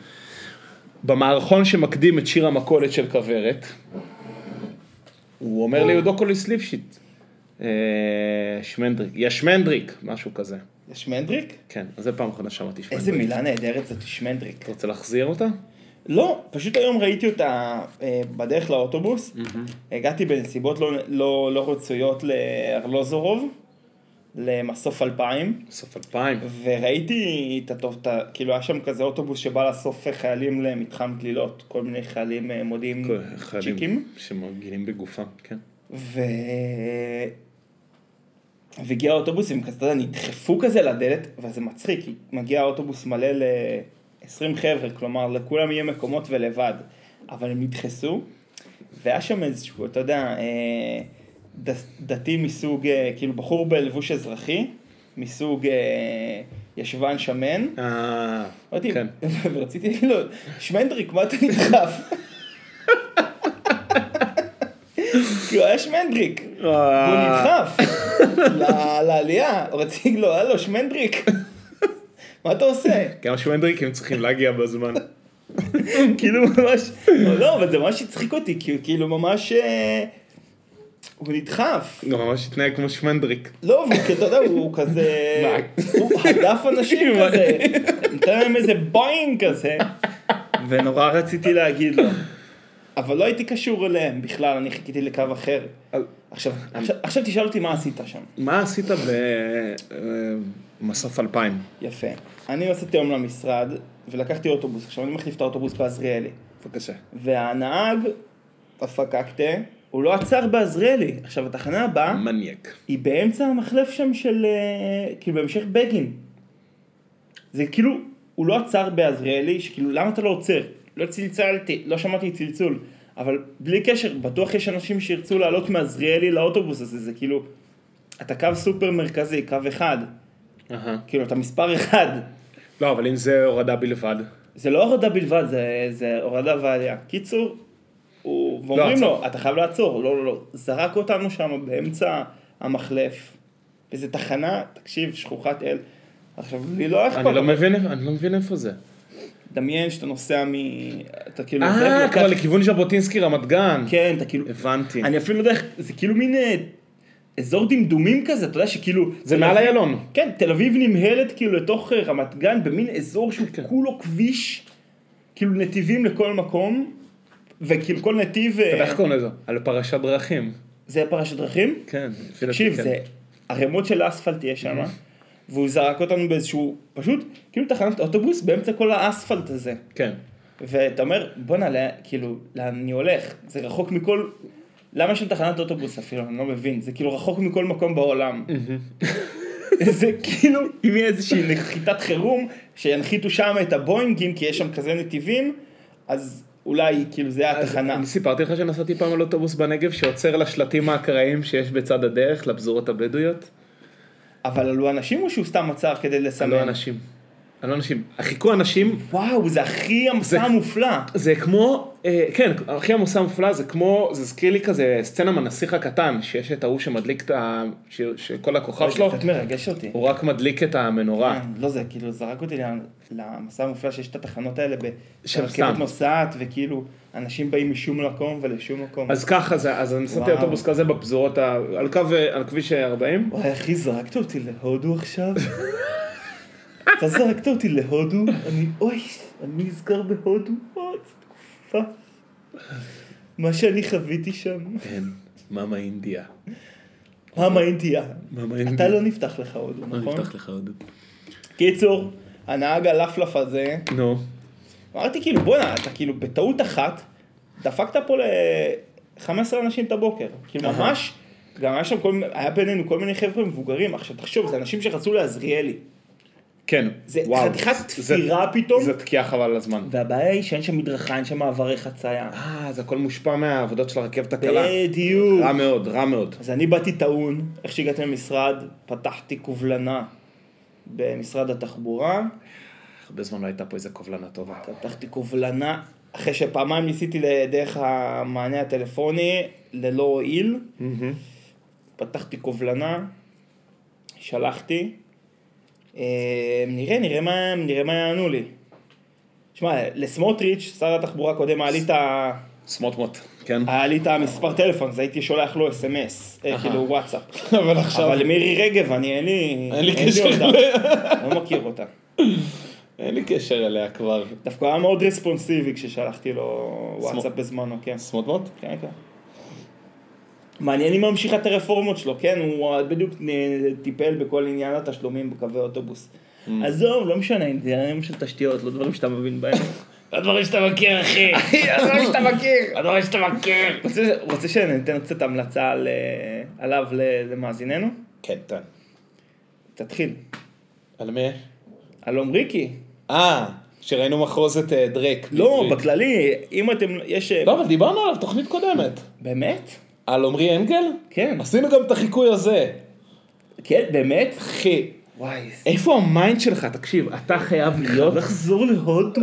Speaker 3: במערכון שמקדים את שיר המכולת של כוורת, הוא אומר ליודוקוליס ליפשיט, אה, שמנדריק, יא שמנדריק, משהו כזה.
Speaker 1: זה שמנדריק?
Speaker 3: כן, אז זה פעם אחרונה שמעתי שמנדריק.
Speaker 1: איזה מילה נהדרת זאת שמנדריק.
Speaker 3: אתה רוצה להחזיר אותה?
Speaker 1: לא, פשוט היום ראיתי אותה אה, בדרך לאוטובוס. הגעתי בנסיבות לא, לא, לא רצויות לארלוזורוב, למסוף 2000,
Speaker 3: סוף אלפיים.
Speaker 1: וראיתי את הטוב, את ה- כאילו היה שם כזה אוטובוס שבא לאסוף חיילים למתחם גלילות, כל מיני חיילים אה, מודיעין צ'יקים.
Speaker 3: שמרגילים בגופם, כן.
Speaker 1: ו... והגיע האוטובוס, הם כזה, אתה יודע, נדחפו כזה לדלת, וזה מצחיק, כי מגיע האוטובוס מלא ל-20 חבר'ה, כלומר, לכולם יהיה מקומות ולבד, אבל הם נדחסו, והיה שם איזשהו, אתה יודע, אה, דס- דתי מסוג, אה, כאילו בחור בלבוש אזרחי, מסוג אה, ישבן שמן,
Speaker 3: אה,
Speaker 1: אמרתי,
Speaker 3: כן.
Speaker 1: ורציתי להגיד לו, שמנדריק, מה אתה נדחף? כי הוא לא, היה שמנדריק.
Speaker 3: אה.
Speaker 1: הוא נדחף ל- לעלייה, רציתי לא, לו, הלו, שמנדריק, מה אתה עושה?
Speaker 3: גם שמנדריקים צריכים להגיע בזמן.
Speaker 1: כאילו ממש, לא, אבל זה ממש הצחיק אותי, כי הוא כאילו ממש, אה, הוא נדחף.
Speaker 3: הוא ממש התנהג כמו שמנדריק.
Speaker 1: לא, והוא כ- אתה יודע, הוא כזה,
Speaker 3: מה?
Speaker 1: הוא הדף אנשים
Speaker 3: מה?
Speaker 1: כזה, נותן להם איזה בוינג כזה, ונורא רציתי להגיד לו. אבל לא הייתי קשור אליהם בכלל, אני חיכיתי לקו אחר. עכשיו, עכשיו, עכשיו תשאל אותי מה עשית שם.
Speaker 3: מה עשית אה, במסוף 2000?
Speaker 1: יפה. אני נסעתי היום למשרד, ולקחתי אוטובוס. עכשיו אני מחליף את האוטובוס בעזריאלי.
Speaker 3: בבקשה.
Speaker 1: והנהג, הפקקטה, הוא לא עצר בעזריאלי. עכשיו, התחנה
Speaker 3: אה?
Speaker 1: הבאה
Speaker 3: מניאק.
Speaker 1: היא באמצע המחלף שם של... אה, כאילו, בהמשך בגין. זה כאילו, הוא לא עצר בעזריאלי, שכאילו, למה אתה לא עוצר? לא צלצלתי, לא שמעתי צלצול. אבל בלי קשר, בטוח יש אנשים שירצו לעלות מעזריאלי לאוטובוס הזה, זה כאילו... אתה קו סופר מרכזי, קו אחד. כאילו, אתה מספר אחד.
Speaker 3: לא, אבל אם זה הורדה בלבד.
Speaker 1: זה לא הורדה בלבד, זה, זה הורדה ועלייה. קיצור, הוא, ואומרים
Speaker 3: לא עצור.
Speaker 1: לו, אתה חייב לעצור, לא, לא, לא. זרק אותנו שם באמצע המחלף. וזו תחנה, תקשיב, שכוחת אל. עכשיו, לי לא אכפת,
Speaker 3: אני לא מבין איפה- אני לא מבין איפה זה.
Speaker 1: דמיין שאתה נוסע מ... אתה כאילו... הולך
Speaker 3: אה,
Speaker 1: לקח-
Speaker 3: כבר לכיוון ז'בוטינסקי רמת גן.
Speaker 1: כן, אתה כאילו...
Speaker 3: הבנתי.
Speaker 1: אני אפילו לא יודע איך, זה כאילו מין אה, אזור דמדומים כזה, אתה יודע שכאילו...
Speaker 3: זה מעל איילון.
Speaker 1: כן, תל אביב נמהלת כאילו לתוך אה, רמת גן במין אזור שהוא כולו כביש, כאילו נתיבים לכל מקום, וכאילו כל נתיב... אה,
Speaker 3: אתה יודע איך קוראים לזה? על פרשת דרכים.
Speaker 1: זה פרשת דרכים?
Speaker 3: כן. לפי דעתי,
Speaker 1: תקשיב,
Speaker 3: כן.
Speaker 1: זה ערימות של אספלט יש שם, והוא זרק אותנו באיזשהו, פשוט, כאילו תחנת אוטובוס באמצע כל האספלט הזה.
Speaker 3: כן.
Speaker 1: ואתה אומר, בואנה, לאן- כאילו, לאן אני הולך? זה רחוק מכל... למה יש שם תחנת אוטובוס אפילו? אני לא מבין. זה כאילו רחוק מכל מקום בעולם. זה כאילו, אם יהיה איזושהי נחיתת חירום, שינחיתו שם את הבואינגים, כי יש שם כזה נתיבים, אז אולי, כאילו, זה היה התחנה.
Speaker 3: אני סיפרתי לך שנסעתי פעם על אוטובוס בנגב שעוצר לשלטים האקראיים שיש בצד הדרך, לפזורות הבדואיות.
Speaker 1: אבל עלו אנשים או שהוא סתם עצר כדי לסמן?
Speaker 3: לא אנשים. לא אנשים. חיכו אנשים
Speaker 1: וואו, זה הכי המסע
Speaker 3: זה-
Speaker 1: המופלא.
Speaker 3: זה כמו, אה, כן, הכי עמוסה המופלא זה כמו, זה הזכיר לי כזה סצנה מהנסיך הקטן, שיש את ההוא שמדליק את ה... ש- שכל הכוכב שלו,
Speaker 1: זה קצת מרגש אותי.
Speaker 3: הוא רק מדליק את המנורה.
Speaker 1: כן, לא זה, כאילו זרק אותי ל- למסע המופלא שיש את התחנות האלה, ב-
Speaker 3: של
Speaker 1: שהרכבת
Speaker 3: סתם.
Speaker 1: נוסעת, וכאילו אנשים באים משום מקום ולשום מקום.
Speaker 3: אז ככה זה, אז אני נסעתי
Speaker 1: וואו.
Speaker 3: אוטובוס כזה בפזורות, ה- על קו, אה, על כביש 40.
Speaker 1: וואי אחי, זרקת אותי להודו עכשיו? אתה זרקת אותי להודו? אני, אוי, אני נזכר בהודו, וואי, איזה תקופה. מה שאני חוויתי שם.
Speaker 3: כן, מאמה אינדיה.
Speaker 1: מה אינדיה?
Speaker 3: מאמה
Speaker 1: אתה לא נפתח לך הודו, נכון?
Speaker 3: לך עוד.
Speaker 1: קיצור, הנהג הלפלף הזה,
Speaker 3: נו.
Speaker 1: אמרתי כאילו בואנה אתה כאילו בטעות אחת דפקת פה ל-15 אנשים את הבוקר כאילו
Speaker 3: אהה.
Speaker 1: ממש גם היה שם כל מיני היה בינינו כל מיני חבר'ה מבוגרים עכשיו תחשוב זה אנשים שרצו לעזריאלי
Speaker 3: כן,
Speaker 1: זה
Speaker 3: וואו.
Speaker 1: חתיכת
Speaker 3: זה-
Speaker 1: תפירה פתאום
Speaker 3: זה תקיעה חבל על הזמן.
Speaker 1: והבעיה היא שאין שם מדרכה אין שם מעברי חצייה
Speaker 3: אה, זה הכל מושפע מהעבודות של הרכבת הקלה.
Speaker 1: בדיוק
Speaker 3: רע מאוד, רע מאוד.
Speaker 1: אז אני באתי טעון איך שהגעתי למשרד פתחתי קובלנה במשרד התחבורה
Speaker 3: הרבה זמן לא הייתה פה איזה קובלנה טובה.
Speaker 1: פתחתי קובלנה, אחרי שפעמיים ניסיתי דרך המענה הטלפוני, ללא הועיל, פתחתי קובלנה, שלחתי, אה, נראה, נראה מה, נראה מה יענו לי. שמע, לסמוטריץ', שר התחבורה הקודם, היה לי את ה-
Speaker 3: סמוטמוט. כן.
Speaker 1: היה לי את המספר טלפון, אז הייתי שולח לו אס.אם.אס, אה,
Speaker 3: אהה.
Speaker 1: כאילו וואטסאפ.
Speaker 3: אבל עכשיו,
Speaker 1: אבל למירי רגב, אני אין לי...
Speaker 3: אין לי קשר
Speaker 1: אותה.
Speaker 3: אליה.
Speaker 1: לא מכיר אותה.
Speaker 3: אין לי קשר אליה כבר.
Speaker 1: דווקא היה מאוד רספונסיבי כששלחתי לו וואטסאפ בזמנו, כן.
Speaker 3: סמוטמוט?
Speaker 1: כן, כן. מעניין אם הוא ממשיך את הרפורמות שלו, כן? הוא בדיוק נ- טיפל בכל עניין התשלומים בקווי אוטובוס.
Speaker 3: Mm.
Speaker 1: עזוב, לא משנה, עניינים של תשתיות, לא דברים שאתה מבין בהם.
Speaker 3: הדברים לא שאתה מכיר, אחי.
Speaker 1: הדברים שאתה מכיר.
Speaker 3: הדברים שאתה מכיר.
Speaker 1: רוצה- רוצה שניתן קצת המלצה על, אה, עליו ל- למאזיננו?
Speaker 3: כן, טוב.
Speaker 1: תתחיל.
Speaker 3: על מי?
Speaker 1: הלום ריקי.
Speaker 3: אה, שראינו מחרוזת אה, דרק.
Speaker 1: לא,
Speaker 3: בעברית.
Speaker 1: בכללי, אם אתם, יש... אה,
Speaker 3: לא, אבל דיברנו עליו תוכנית קודמת.
Speaker 1: באמת?
Speaker 3: על עמרי אנגל?
Speaker 1: כן.
Speaker 3: עשינו גם את החיקוי הזה.
Speaker 1: כן, באמת?
Speaker 3: אחי,
Speaker 1: וואי,
Speaker 3: איפה המיינד שלך? תקשיב, אתה חייב להיות...
Speaker 1: אה, לחזור להודו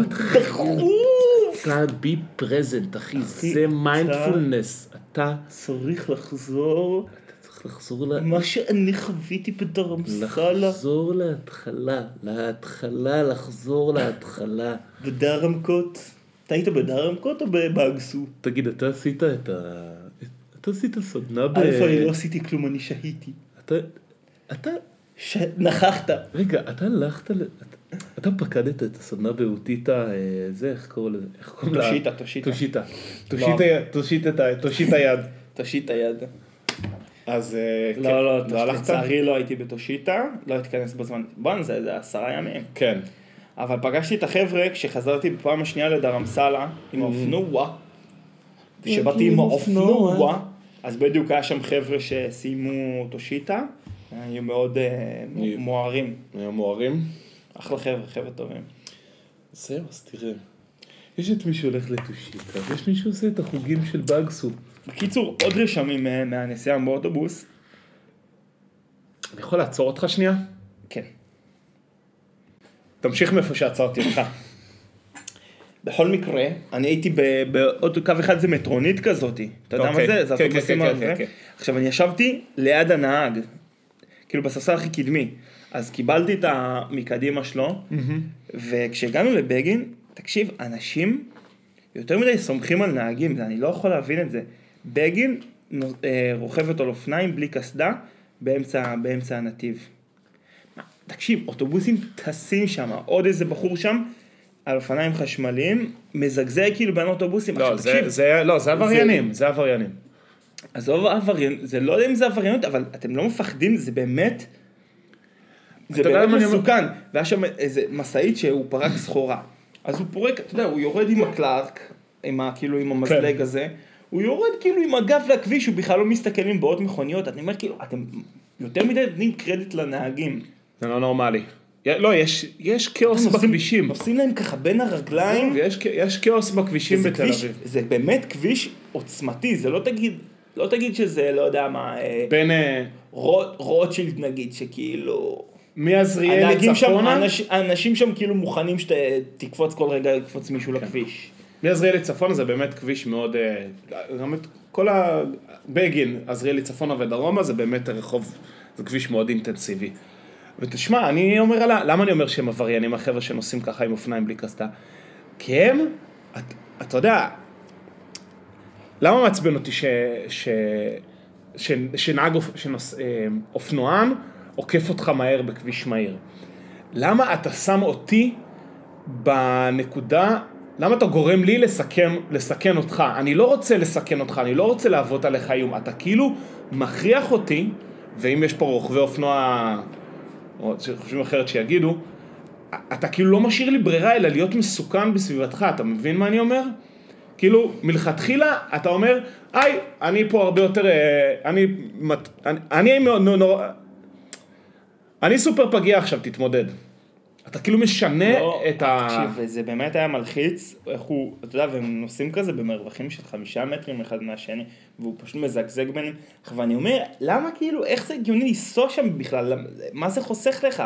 Speaker 1: דחוף.
Speaker 3: God be present, אחי,
Speaker 1: אחי,
Speaker 3: זה מיינדפולנס. אתה
Speaker 1: צריך לחזור
Speaker 3: צריך לחזור ל...
Speaker 1: מה שאני חוויתי
Speaker 3: נכון.
Speaker 1: בדרמסלה,
Speaker 3: לחזור להתחלה, להתחלה, לחזור להתחלה.
Speaker 1: בדרמקוט. אתה היית בדרמקוט או באגסו?
Speaker 3: תגיד, אתה עשית את ה... אתה עשית סדנה ב...
Speaker 1: אלפא, אני לא עשיתי כלום, אני שהיתי.
Speaker 3: אתה... אתה...
Speaker 1: ש- נכחת.
Speaker 3: רגע, אתה הלכת ל... אתה- אתה פקדת את הסדנה באותיטה, אה, זה, איך קוראים לזה? איך קוראים לה?
Speaker 1: תושיטה, תושיטה.
Speaker 3: לא. תושיטה. תושיטה, תושיט את ה... תושיט היד.
Speaker 1: תושיט היד.
Speaker 3: אז אה, כן,
Speaker 1: לא, לא,
Speaker 3: לא הלכת?
Speaker 1: לצערי לא הייתי בתושיטה, לא התכנס בזמן. בואנה, זה זה עשרה ימים.
Speaker 3: כן.
Speaker 1: אבל פגשתי את החבר'ה כשחזרתי בפעם השנייה לדרמסלה עם האופנוע. כשבאתי אוקיי. עם האופנוע, אז בדיוק היה שם חבר'ה שסיימו תושיטה, היו מאוד אה,
Speaker 3: יופי.
Speaker 1: מוארים.
Speaker 3: היו מוארים.
Speaker 1: אחלה חבר'ה, חבר'ה טובים.
Speaker 3: זהו, אז תראה. יש את מי שהולך לטושיטה, ויש מי שעושה את החוגים של בגסו.
Speaker 1: בקיצור, עוד רשמים אה, מהנסיעה באוטובוס.
Speaker 3: אני יכול לעצור אותך שנייה?
Speaker 1: כן.
Speaker 3: תמשיך מאיפה שעצרתי אותך.
Speaker 1: בכל מקרה, אני הייתי ב- בעוד קו אחד זה מטרונית כזאתי, אתה יודע מה
Speaker 3: אוקיי.
Speaker 1: זה? זה
Speaker 3: כן,
Speaker 1: האוטובוסים
Speaker 3: כן, כן,
Speaker 1: הזה.
Speaker 3: כן, כן.
Speaker 1: עכשיו אני ישבתי ליד הנהג, כאילו בספסל הכי קדמי, אז קיבלתי את המקדימה שלו, וכשהגענו לבגין, תקשיב, אנשים יותר מדי סומכים על נהגים, אני לא יכול להבין את זה. בגין נו- אה, רוכבת על אופניים בלי קסדה באמצע, באמצע הנתיב. מה, תקשיב, אוטובוסים טסים שם, עוד איזה בחור שם על אופניים חשמליים, מזגזג כאילו בין האוטובוסים.
Speaker 3: לא,
Speaker 1: עכשיו,
Speaker 3: זה-
Speaker 1: תקשיב,
Speaker 3: זה לא, זה עבריינים, זה עבריינים.
Speaker 1: עזוב עבריינות, זה לא יודע אם זה עבריינות, אבל אתם לא מפחדים, זה באמת... זה
Speaker 3: אתה יודע
Speaker 1: באמת
Speaker 3: למה אני אומר-
Speaker 1: מסוכן, והיה שם איזה משאית שהוא פרק סחורה. אז הוא פורק, אתה יודע, הוא יורד עם הקלארק, עם ה, כאילו עם המזלג
Speaker 3: כן.
Speaker 1: הזה, הוא יורד כאילו עם הגב לכביש, הוא בכלל לא מסתכל עם באות מכוניות, אני אומר כאילו, אתם יותר מדי נותנים קרדיט לנהגים.
Speaker 3: זה לא נורמלי. י- לא, יש- יש כאוס בכבישים.
Speaker 1: עושים להם ככה בין הרגליים,
Speaker 3: יש- יש כאוס בכבישים
Speaker 1: זה
Speaker 3: בתל
Speaker 1: כביש-
Speaker 3: אביב.
Speaker 1: זה באמת כביש עוצמתי, זה לא תגיד, לא תגיד שזה, לא יודע מה, אה,
Speaker 3: בין אה,
Speaker 1: רו- רוטשילד נגיד, שכאילו...
Speaker 3: מעזריאלי
Speaker 1: הנהגים שם,
Speaker 3: צפונה,
Speaker 1: האנש- האנשים שם כאילו מוכנים שתקפוץ כל רגע, יקפוץ מישהו
Speaker 3: כן.
Speaker 1: לכביש.
Speaker 3: מעזריאלי צפונה זה באמת כביש מאוד, אה, גם את כל ה... בגין, עזריאלי צפונה ודרומה זה באמת רחוב, זה כביש מאוד אינטנסיבי. ותשמע, אני אומר, עלה- למה אני אומר שהם עבריינים, החבר'ה שנוסעים ככה עם אופניים בלי קסדה? כי הם, את- אתה יודע, למה מעצבן אותי ש... ש... ש... שנהג אופ... שנוס... אה, אופנוען עוקף אותך מהר בכביש מהיר? למה אתה שם אותי בנקודה, למה אתה גורם לי לסכם, לסכן אותך? אני לא רוצה לסכן אותך, אני לא רוצה להוות עליך איום. אתה כאילו מכריח אותי, ואם יש פה רוכבי אופנוע או שחושבים אחרת שיגידו, אתה כאילו לא משאיר לי ברירה אלא להיות מסוכן בסביבתך, אתה מבין מה אני אומר? כאילו, מלכתחילה אתה אומר, היי, אני פה הרבה יותר, אה, אני, מת- אני, אני מאוד נו- נורא, אני סופר פגיע עכשיו, תתמודד. אתה כאילו משנה
Speaker 1: לא,
Speaker 3: את ה...
Speaker 1: תקשיב, זה באמת היה מלחיץ, איך הוא, אתה יודע, והם נוסעים כזה במרווחים של חמישה מטרים אחד מהשני, והוא פשוט מזגזג ביניהם. עכשיו אני אומר, למה כאילו, איך זה הגיוני לנסוע שם בכלל, למ- מה זה חוסך לך?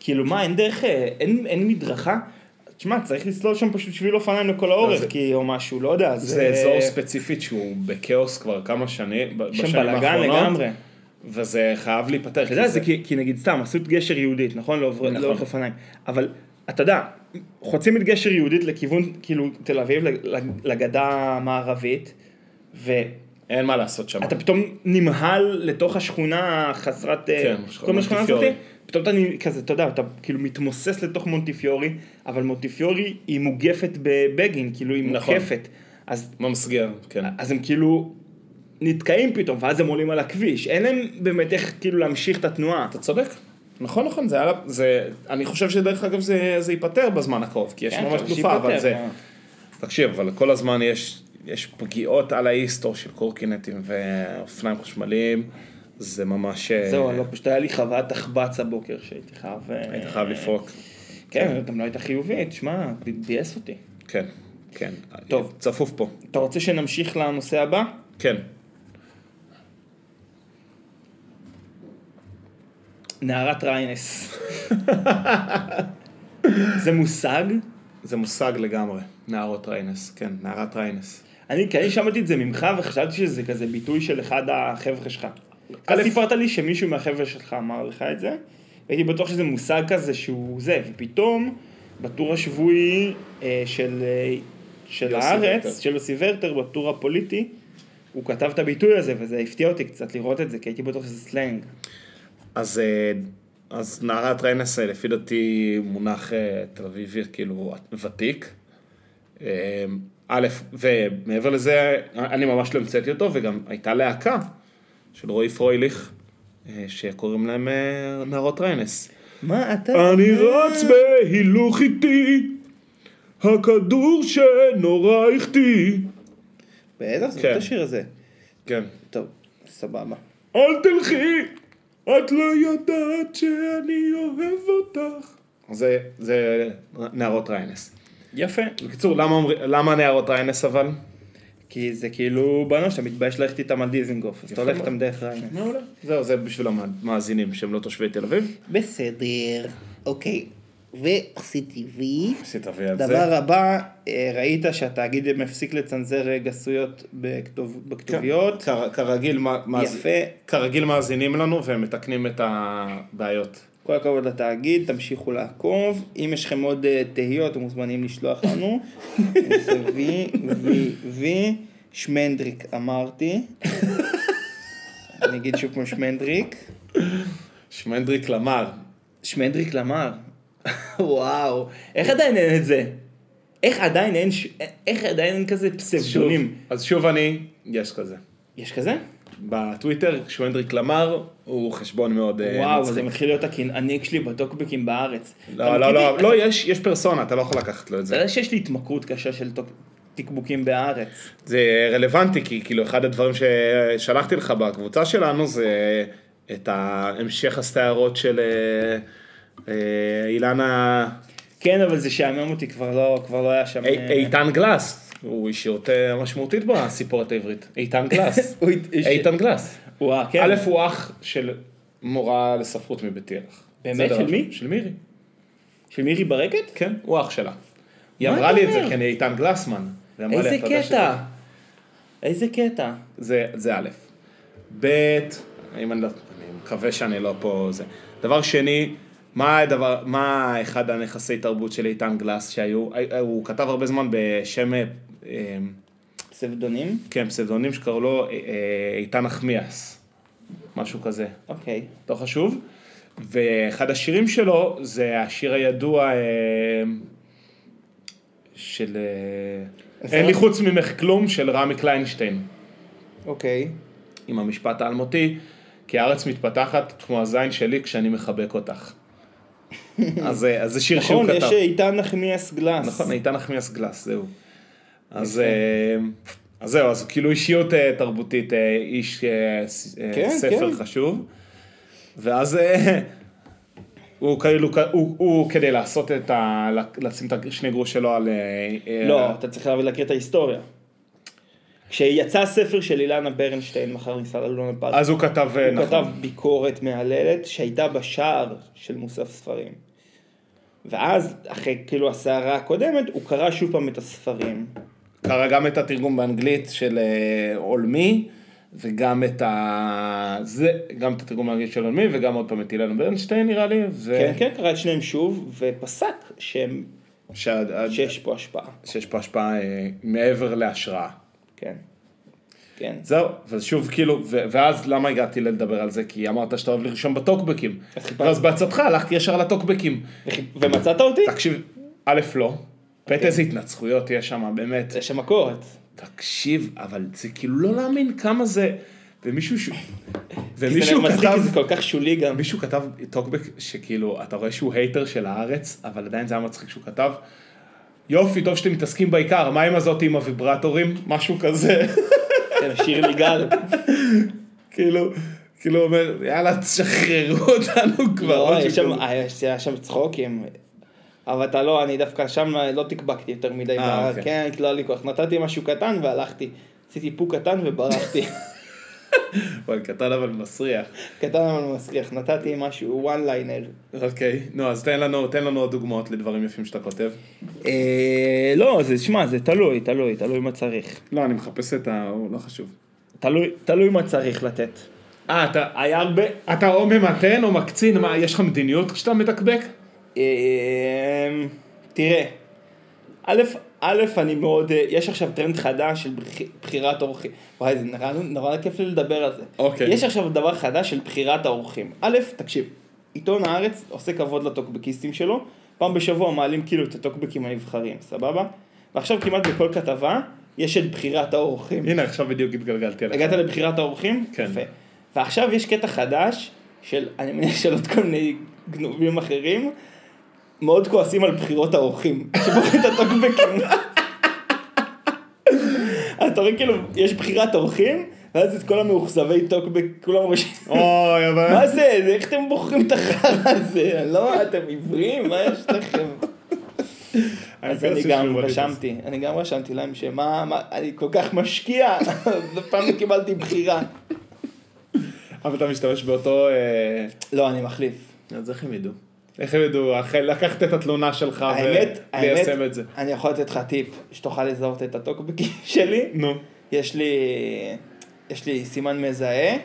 Speaker 1: כאילו מה, אין דרך, אה, אין, אין מדרכה? תשמע, צריך לסלול שם פשוט שביל אופניים לכל האורך,
Speaker 3: זה-
Speaker 1: כי או משהו, לא יודע,
Speaker 3: זה אזור ספציפית שהוא בכאוס כבר כמה שנים, ב-
Speaker 1: שם
Speaker 3: בשנים
Speaker 1: בלאגן
Speaker 3: האחרונות,
Speaker 1: לגמרי.
Speaker 3: וזה חייב להיפתר.
Speaker 1: אתה יודע, זה כי, כי נגיד סתם, עשו את גשר יהודית, נכון? לאורך
Speaker 3: נכון.
Speaker 1: לאורך אופניים. אבל אתה יודע, חוצים את גשר יהודית לכיוון, כאילו, תל אביב, לג- לגדה המערבית, ואתה
Speaker 3: אין מה לעשות שם.
Speaker 1: פתאום נמהל לתוך השכונה חסרת... אה,
Speaker 3: כן,
Speaker 1: כל השכונה הזאת,
Speaker 3: מונטיפיורי.
Speaker 1: פתאום אתה נ- כזה, אתה יודע, אתה כאילו מתמוסס לתוך מונטיפיורי, אבל מונטיפיורי היא מוגפת בבגין, כאילו היא
Speaker 3: נכון.
Speaker 1: מוקפת. אז
Speaker 3: ממסגר, כן.
Speaker 1: אז הם כאילו נתקעים פתאום, ואז הם עולים על הכביש. אין להם באמת איך כאילו להמשיך את התנועה.
Speaker 3: אתה צודק. נכון, נכון, זה היה, זה, אני חושב שדרך אגב זה, זה ייפתר בזמן הקרוב, כי יש
Speaker 1: כן,
Speaker 3: ממש
Speaker 1: טוב,
Speaker 3: תנופה, אבל
Speaker 1: שיפטר,
Speaker 3: זה,
Speaker 1: אה.
Speaker 3: תקשיב, אבל כל הזמן יש, יש פגיעות על האיסטור של קורקינטים ואופניים חשמליים, זה ממש, אה,
Speaker 1: זהו, לא, פשוט היה לי חוויית תחבץ הבוקר שהייתי חייב... אה,
Speaker 3: היית חייב לפרוק,
Speaker 1: כן, גם לא הייתה חיובית, שמע, ב- ביאס אותי.
Speaker 3: כן, כן,
Speaker 1: טוב.
Speaker 3: צפוף פה,
Speaker 1: אתה רוצה שנמשיך לנושא הבא?
Speaker 3: כן,
Speaker 1: נערת ריינס. זה מושג?
Speaker 3: זה מושג לגמרי, נערות ריינס, כן, נערת ריינס.
Speaker 1: אני, כי אני שמעתי את זה ממך וחשבתי שזה כזה ביטוי של אחד החבר'ה שלך. אתה
Speaker 3: א',
Speaker 1: סיפרת לי שמישהו מהחבר'ה שלך אמר לך את זה, והייתי בטוח שזה מושג כזה שהוא זה, ופתאום בטור השבועי אה, של, אה, של
Speaker 3: יוסי
Speaker 1: הארץ,
Speaker 3: ורטר.
Speaker 1: של יוסי ורטר, בטור הפוליטי, הוא כתב את הביטוי הזה, וזה הפתיע אותי קצת לראות את זה, כי הייתי בטוח שזה סלנג.
Speaker 3: אז, אה, אז נערת ריינס, אה, לפי דעתי, מונח אה, תל אביבי, כאילו, ותיק. אה, א', ומעבר לזה, אני ממש לא המצאתי אותו, וגם הייתה להקה של רועי פרויליך, אה, שקוראים להם אה, נערות ריינס.
Speaker 1: מה אתה...
Speaker 3: אני רץ בהילוך איטי, הכדור שנורא החטיא.
Speaker 1: בטח, זה
Speaker 3: כן.
Speaker 1: אותו שיר הזה.
Speaker 3: כן.
Speaker 1: טוב, סבבה.
Speaker 3: אל תלכי, את לא יודעת שאני אוהב אותך. זה, זה נערות ריינס.
Speaker 1: יפה.
Speaker 3: בקיצור, למה, אומר- למה נערות ריינס אבל?
Speaker 1: כי זה כאילו בנות שאתה מתבייש ללכת איתם על דיזינגוף, אז אתה הולך
Speaker 3: מאוד.
Speaker 1: איתם דרך ריינס.
Speaker 3: מעולה. זהו, זה בשביל המאזינים שהם לא תושבי תל אביב.
Speaker 1: בסדר, אוקיי. ועשיתי וי.
Speaker 3: עשית אבי על זה.
Speaker 1: דבר הבא, אה, ראית שהתאגיד מפסיק לצנזר אה, גסויות בכתוב- בכתוביות.
Speaker 3: כר- כרגיל, מה- כן. מה-
Speaker 1: יפה.
Speaker 3: כרגיל מאזינים לנו והם מתקנים את הבעיות.
Speaker 1: כל הכבוד לתאגיד, תמשיכו לעקוב. אם יש לכם עוד אה, תהיות, אתם מוזמנים לשלוח לנו. זה וי, וי, וי. שמנדריק אמרתי. אני אגיד שוב כמו שמנדריק.
Speaker 3: שמנדריק למר.
Speaker 1: שמנדריק למר. וואו, איך עדיין אין את זה? איך עדיין אין, ש... איך עדיין אין כזה
Speaker 3: שוב,
Speaker 1: פסבדונים?
Speaker 3: אז שוב אני, יש כזה.
Speaker 1: יש כזה?
Speaker 3: בטוויטר, שמנדריק למר הוא חשבון מאוד אה,
Speaker 1: וואו,
Speaker 3: מצחיק.
Speaker 1: זה מתחיל להיות הקנאניק שלי בטוקבקים בארץ. אתה
Speaker 3: לא, לא,
Speaker 1: מכיר-
Speaker 3: לא, לא, יש, יש פרסונה, אתה לא יכול לקחת לו את
Speaker 1: אתה
Speaker 3: זה.
Speaker 1: יודע שיש לי התמכרות קשה של טוק... תקבוקים בארץ.
Speaker 3: זה רלוונטי, כי כאילו אחד הדברים ששלחתי לך בקבוצה שלנו זה את המשך הסתערות של אה, אה, אילנה,
Speaker 1: כן, אבל זה שעמם אותי, כבר לא, כבר לא היה שם...
Speaker 3: אי-
Speaker 1: אה,
Speaker 3: איתן גלס, הוא אישיות אה, משמעותית בסיפורת העברית, איתן גלס,
Speaker 1: הוא הת-
Speaker 3: איתן גלס.
Speaker 1: הוא ה- כן.
Speaker 3: א' הוא אח של מורה לספרות מבית ירח.
Speaker 1: באמת?
Speaker 3: זה דבר
Speaker 1: של
Speaker 3: ש-
Speaker 1: מי?
Speaker 3: של מירי,
Speaker 1: של מירי ברקת?
Speaker 3: כן, הוא אח שלה. היא
Speaker 1: מה
Speaker 3: אמרה
Speaker 1: אתה
Speaker 3: לי את זה,
Speaker 1: אומר?
Speaker 3: כן, איתן גלסמן. והיא אמרה לי,
Speaker 1: איזה
Speaker 3: "אתה יודע שזה
Speaker 1: קטע. איזה קטע.
Speaker 3: זה, זה א', ב', אם אני, לא- אני מקווה שאני לא פה זה. דבר שני, מה הדבר, מה אחד הנכסי תרבות של איתן גלס שהיו, אה, הוא כתב הרבה זמן בשם, אה, אה,
Speaker 1: פסבדונים?
Speaker 3: כן, פסבדונים שקראו לו אה, אה, איתן נחמיאס, משהו כזה,
Speaker 1: אוקיי.
Speaker 3: לא חשוב. ואחד השירים שלו זה השיר הידוע אה, של אה, אין לי חוץ ממך כלום של רמי קליינשטיין.
Speaker 1: אוקיי.
Speaker 3: עם המשפט האלמותי, כי הארץ מתפתחת כמו הזין שלי כשאני מחבק אותך. אז, אה, אז זה שיר
Speaker 1: נכון,
Speaker 3: שהוא
Speaker 1: יש
Speaker 3: כתב.
Speaker 1: איתן נחמיאס גלס.
Speaker 3: נכון, איתן נחמיאס גלס, זהו. אז, אה, אז זהו, אז כאילו אישיות אה, תרבותית, אה, איש אה, ס- אה,
Speaker 1: כן,
Speaker 3: ספר
Speaker 1: כן.
Speaker 3: חשוב. ואז אה, הוא כאילו, הוא, הוא כדי לעשות את ה... לשים את השני גרוש שלו על... אה, אה,
Speaker 1: לא, אתה צריך להבין- להכיר את ההיסטוריה. כשיצא הספר של אילנה ברנשטיין, מחר ניסה ללונה פז,
Speaker 3: אז הוא כתב, אה,
Speaker 1: הוא כתב ביקורת מהללת שהייתה בשער של מוסף ספרים. ואז, אחרי כאילו הסערה הקודמת, הוא קרא שוב פעם את הספרים.
Speaker 3: כן. קרא גם את התרגום באנגלית של אה, עולמי, וגם את ה... זה, גם את התרגום באנגלית של עולמי, וגם עוד פעם את אילן ברנשטיין נראה לי, ו...
Speaker 1: כן, כן, קרא את שניהם שוב, ופסק שהם,
Speaker 3: שה-
Speaker 1: שיש פה השפעה.
Speaker 3: כן. שיש פה השפעה אה, מעבר להשראה.
Speaker 1: כן. כן.
Speaker 3: זהו, ושוב כאילו, ו- ואז למה הגעתי לדבר על זה? כי אמרת שאתה אוהב לרשום בטוקבקים. ואז בעצתך הלכתי ישר לטוקבקים.
Speaker 1: וכי- ומצאת אותי?
Speaker 3: תקשיב, א' לא, ב'
Speaker 1: אוקיי.
Speaker 3: איזה התנצחויות יש שם, באמת.
Speaker 1: יש שם מקורת.
Speaker 3: תקשיב, אבל זה כאילו לא להאמין כמה זה, ומישהו ש...
Speaker 1: כי
Speaker 3: ומישהו
Speaker 1: זה מצחיק,
Speaker 3: כתב,
Speaker 1: כי זה כל כך שולי גם.
Speaker 3: מישהו כתב טוקבק שכאילו, אתה רואה שהוא הייטר של הארץ, אבל עדיין זה היה מצחיק שהוא כתב, יופי, טוב שאתם מתעסקים בעיקר, מה עם הזאת עם הוויברטורים? משהו כזה,
Speaker 1: כן, שיר ליגל.
Speaker 3: כאילו, כאילו אומר, יאללה, תשחררו אותנו כבר.
Speaker 1: לא,
Speaker 3: משהו
Speaker 1: יש שם-
Speaker 3: כזה.
Speaker 1: אה, יש- היה שם צחוקים. אבל אתה לא, אני דווקא שם לא תקבקתי יותר מדי.
Speaker 3: אה,
Speaker 1: ב-
Speaker 3: אוקיי.
Speaker 1: כן, כי לא היה לי כוח. נתתי משהו קטן והלכתי. עשיתי פוק קטן וברחתי.
Speaker 3: וואי, קטן אבל מסריח.
Speaker 1: קטן אבל מצליח. נתתי משהו, וואן ליינר.
Speaker 3: אוקיי, נו, אז תן לנו, תן לנו עוד דוגמאות לדברים יפים שאתה כותב.
Speaker 1: לא, זה, שמע, זה תלוי, תלוי, תלוי מה צריך.
Speaker 3: לא, אני מחפש את ה... לא חשוב.
Speaker 1: תלוי מה צריך לתת.
Speaker 3: אה, אתה היה הרבה... אתה או ממתן או מקצין, מה, יש לך מדיניות כשאתה מתקבק?
Speaker 1: אמ, תראה, א', א', אני מאוד, אה, יש עכשיו טרנד חדש של בח- בחירת אורחים, וואי, זה נורא, נורא כיף לי לדבר על זה.
Speaker 3: אוקיי.
Speaker 1: יש עכשיו דבר חדש של בחירת האורחים. א', תקשיב, עיתון הארץ עושה כבוד לטוקבקיסטים שלו, פעם בשבוע מעלים כאילו את הטוקבקים הנבחרים, סבבה? ועכשיו כמעט בכל כתבה יש את בחירת האורחים.
Speaker 3: הנה, עכשיו בדיוק התגלגלתי עליך.
Speaker 1: הגעת לבחירת האורחים?
Speaker 3: כן.
Speaker 1: יפה. ועכשיו יש קטע חדש, של, אני מניח של עוד כל מיני גנובים אחרים, מאוד כועסים על בחירות האורחים, שבוחרים את הטוקבקים. אז אתה רואה כאילו, יש בחירת אורחים, ואז את כל המאוכזבי טוקבק, כולם רושמים.
Speaker 3: אוי, אבל...
Speaker 1: מה זה? זה- איך אתם בוחרים את החרא הזה? אני לא, אתם עיוורים? מה יש לכם? אז אני גם רשמתי, אני גם רשמתי להם שמה, מה, אני כל כך משקיע, אף פעם לא קיבלתי בחירה.
Speaker 3: אבל אתה משתמש באותו... אה,
Speaker 1: לא, אני מחליף.
Speaker 3: אז איך הם ידעו? איך הם ידעו? אחרי- לקחת את התלונה שלך
Speaker 1: האמת, האמת,
Speaker 3: וליישם אה, את זה.
Speaker 1: אני יכול לתת לך טיפ, שתוכל לזהות את הטוקבקים שלי.
Speaker 3: נו.
Speaker 1: יש לי, יש לי סימן מזהה,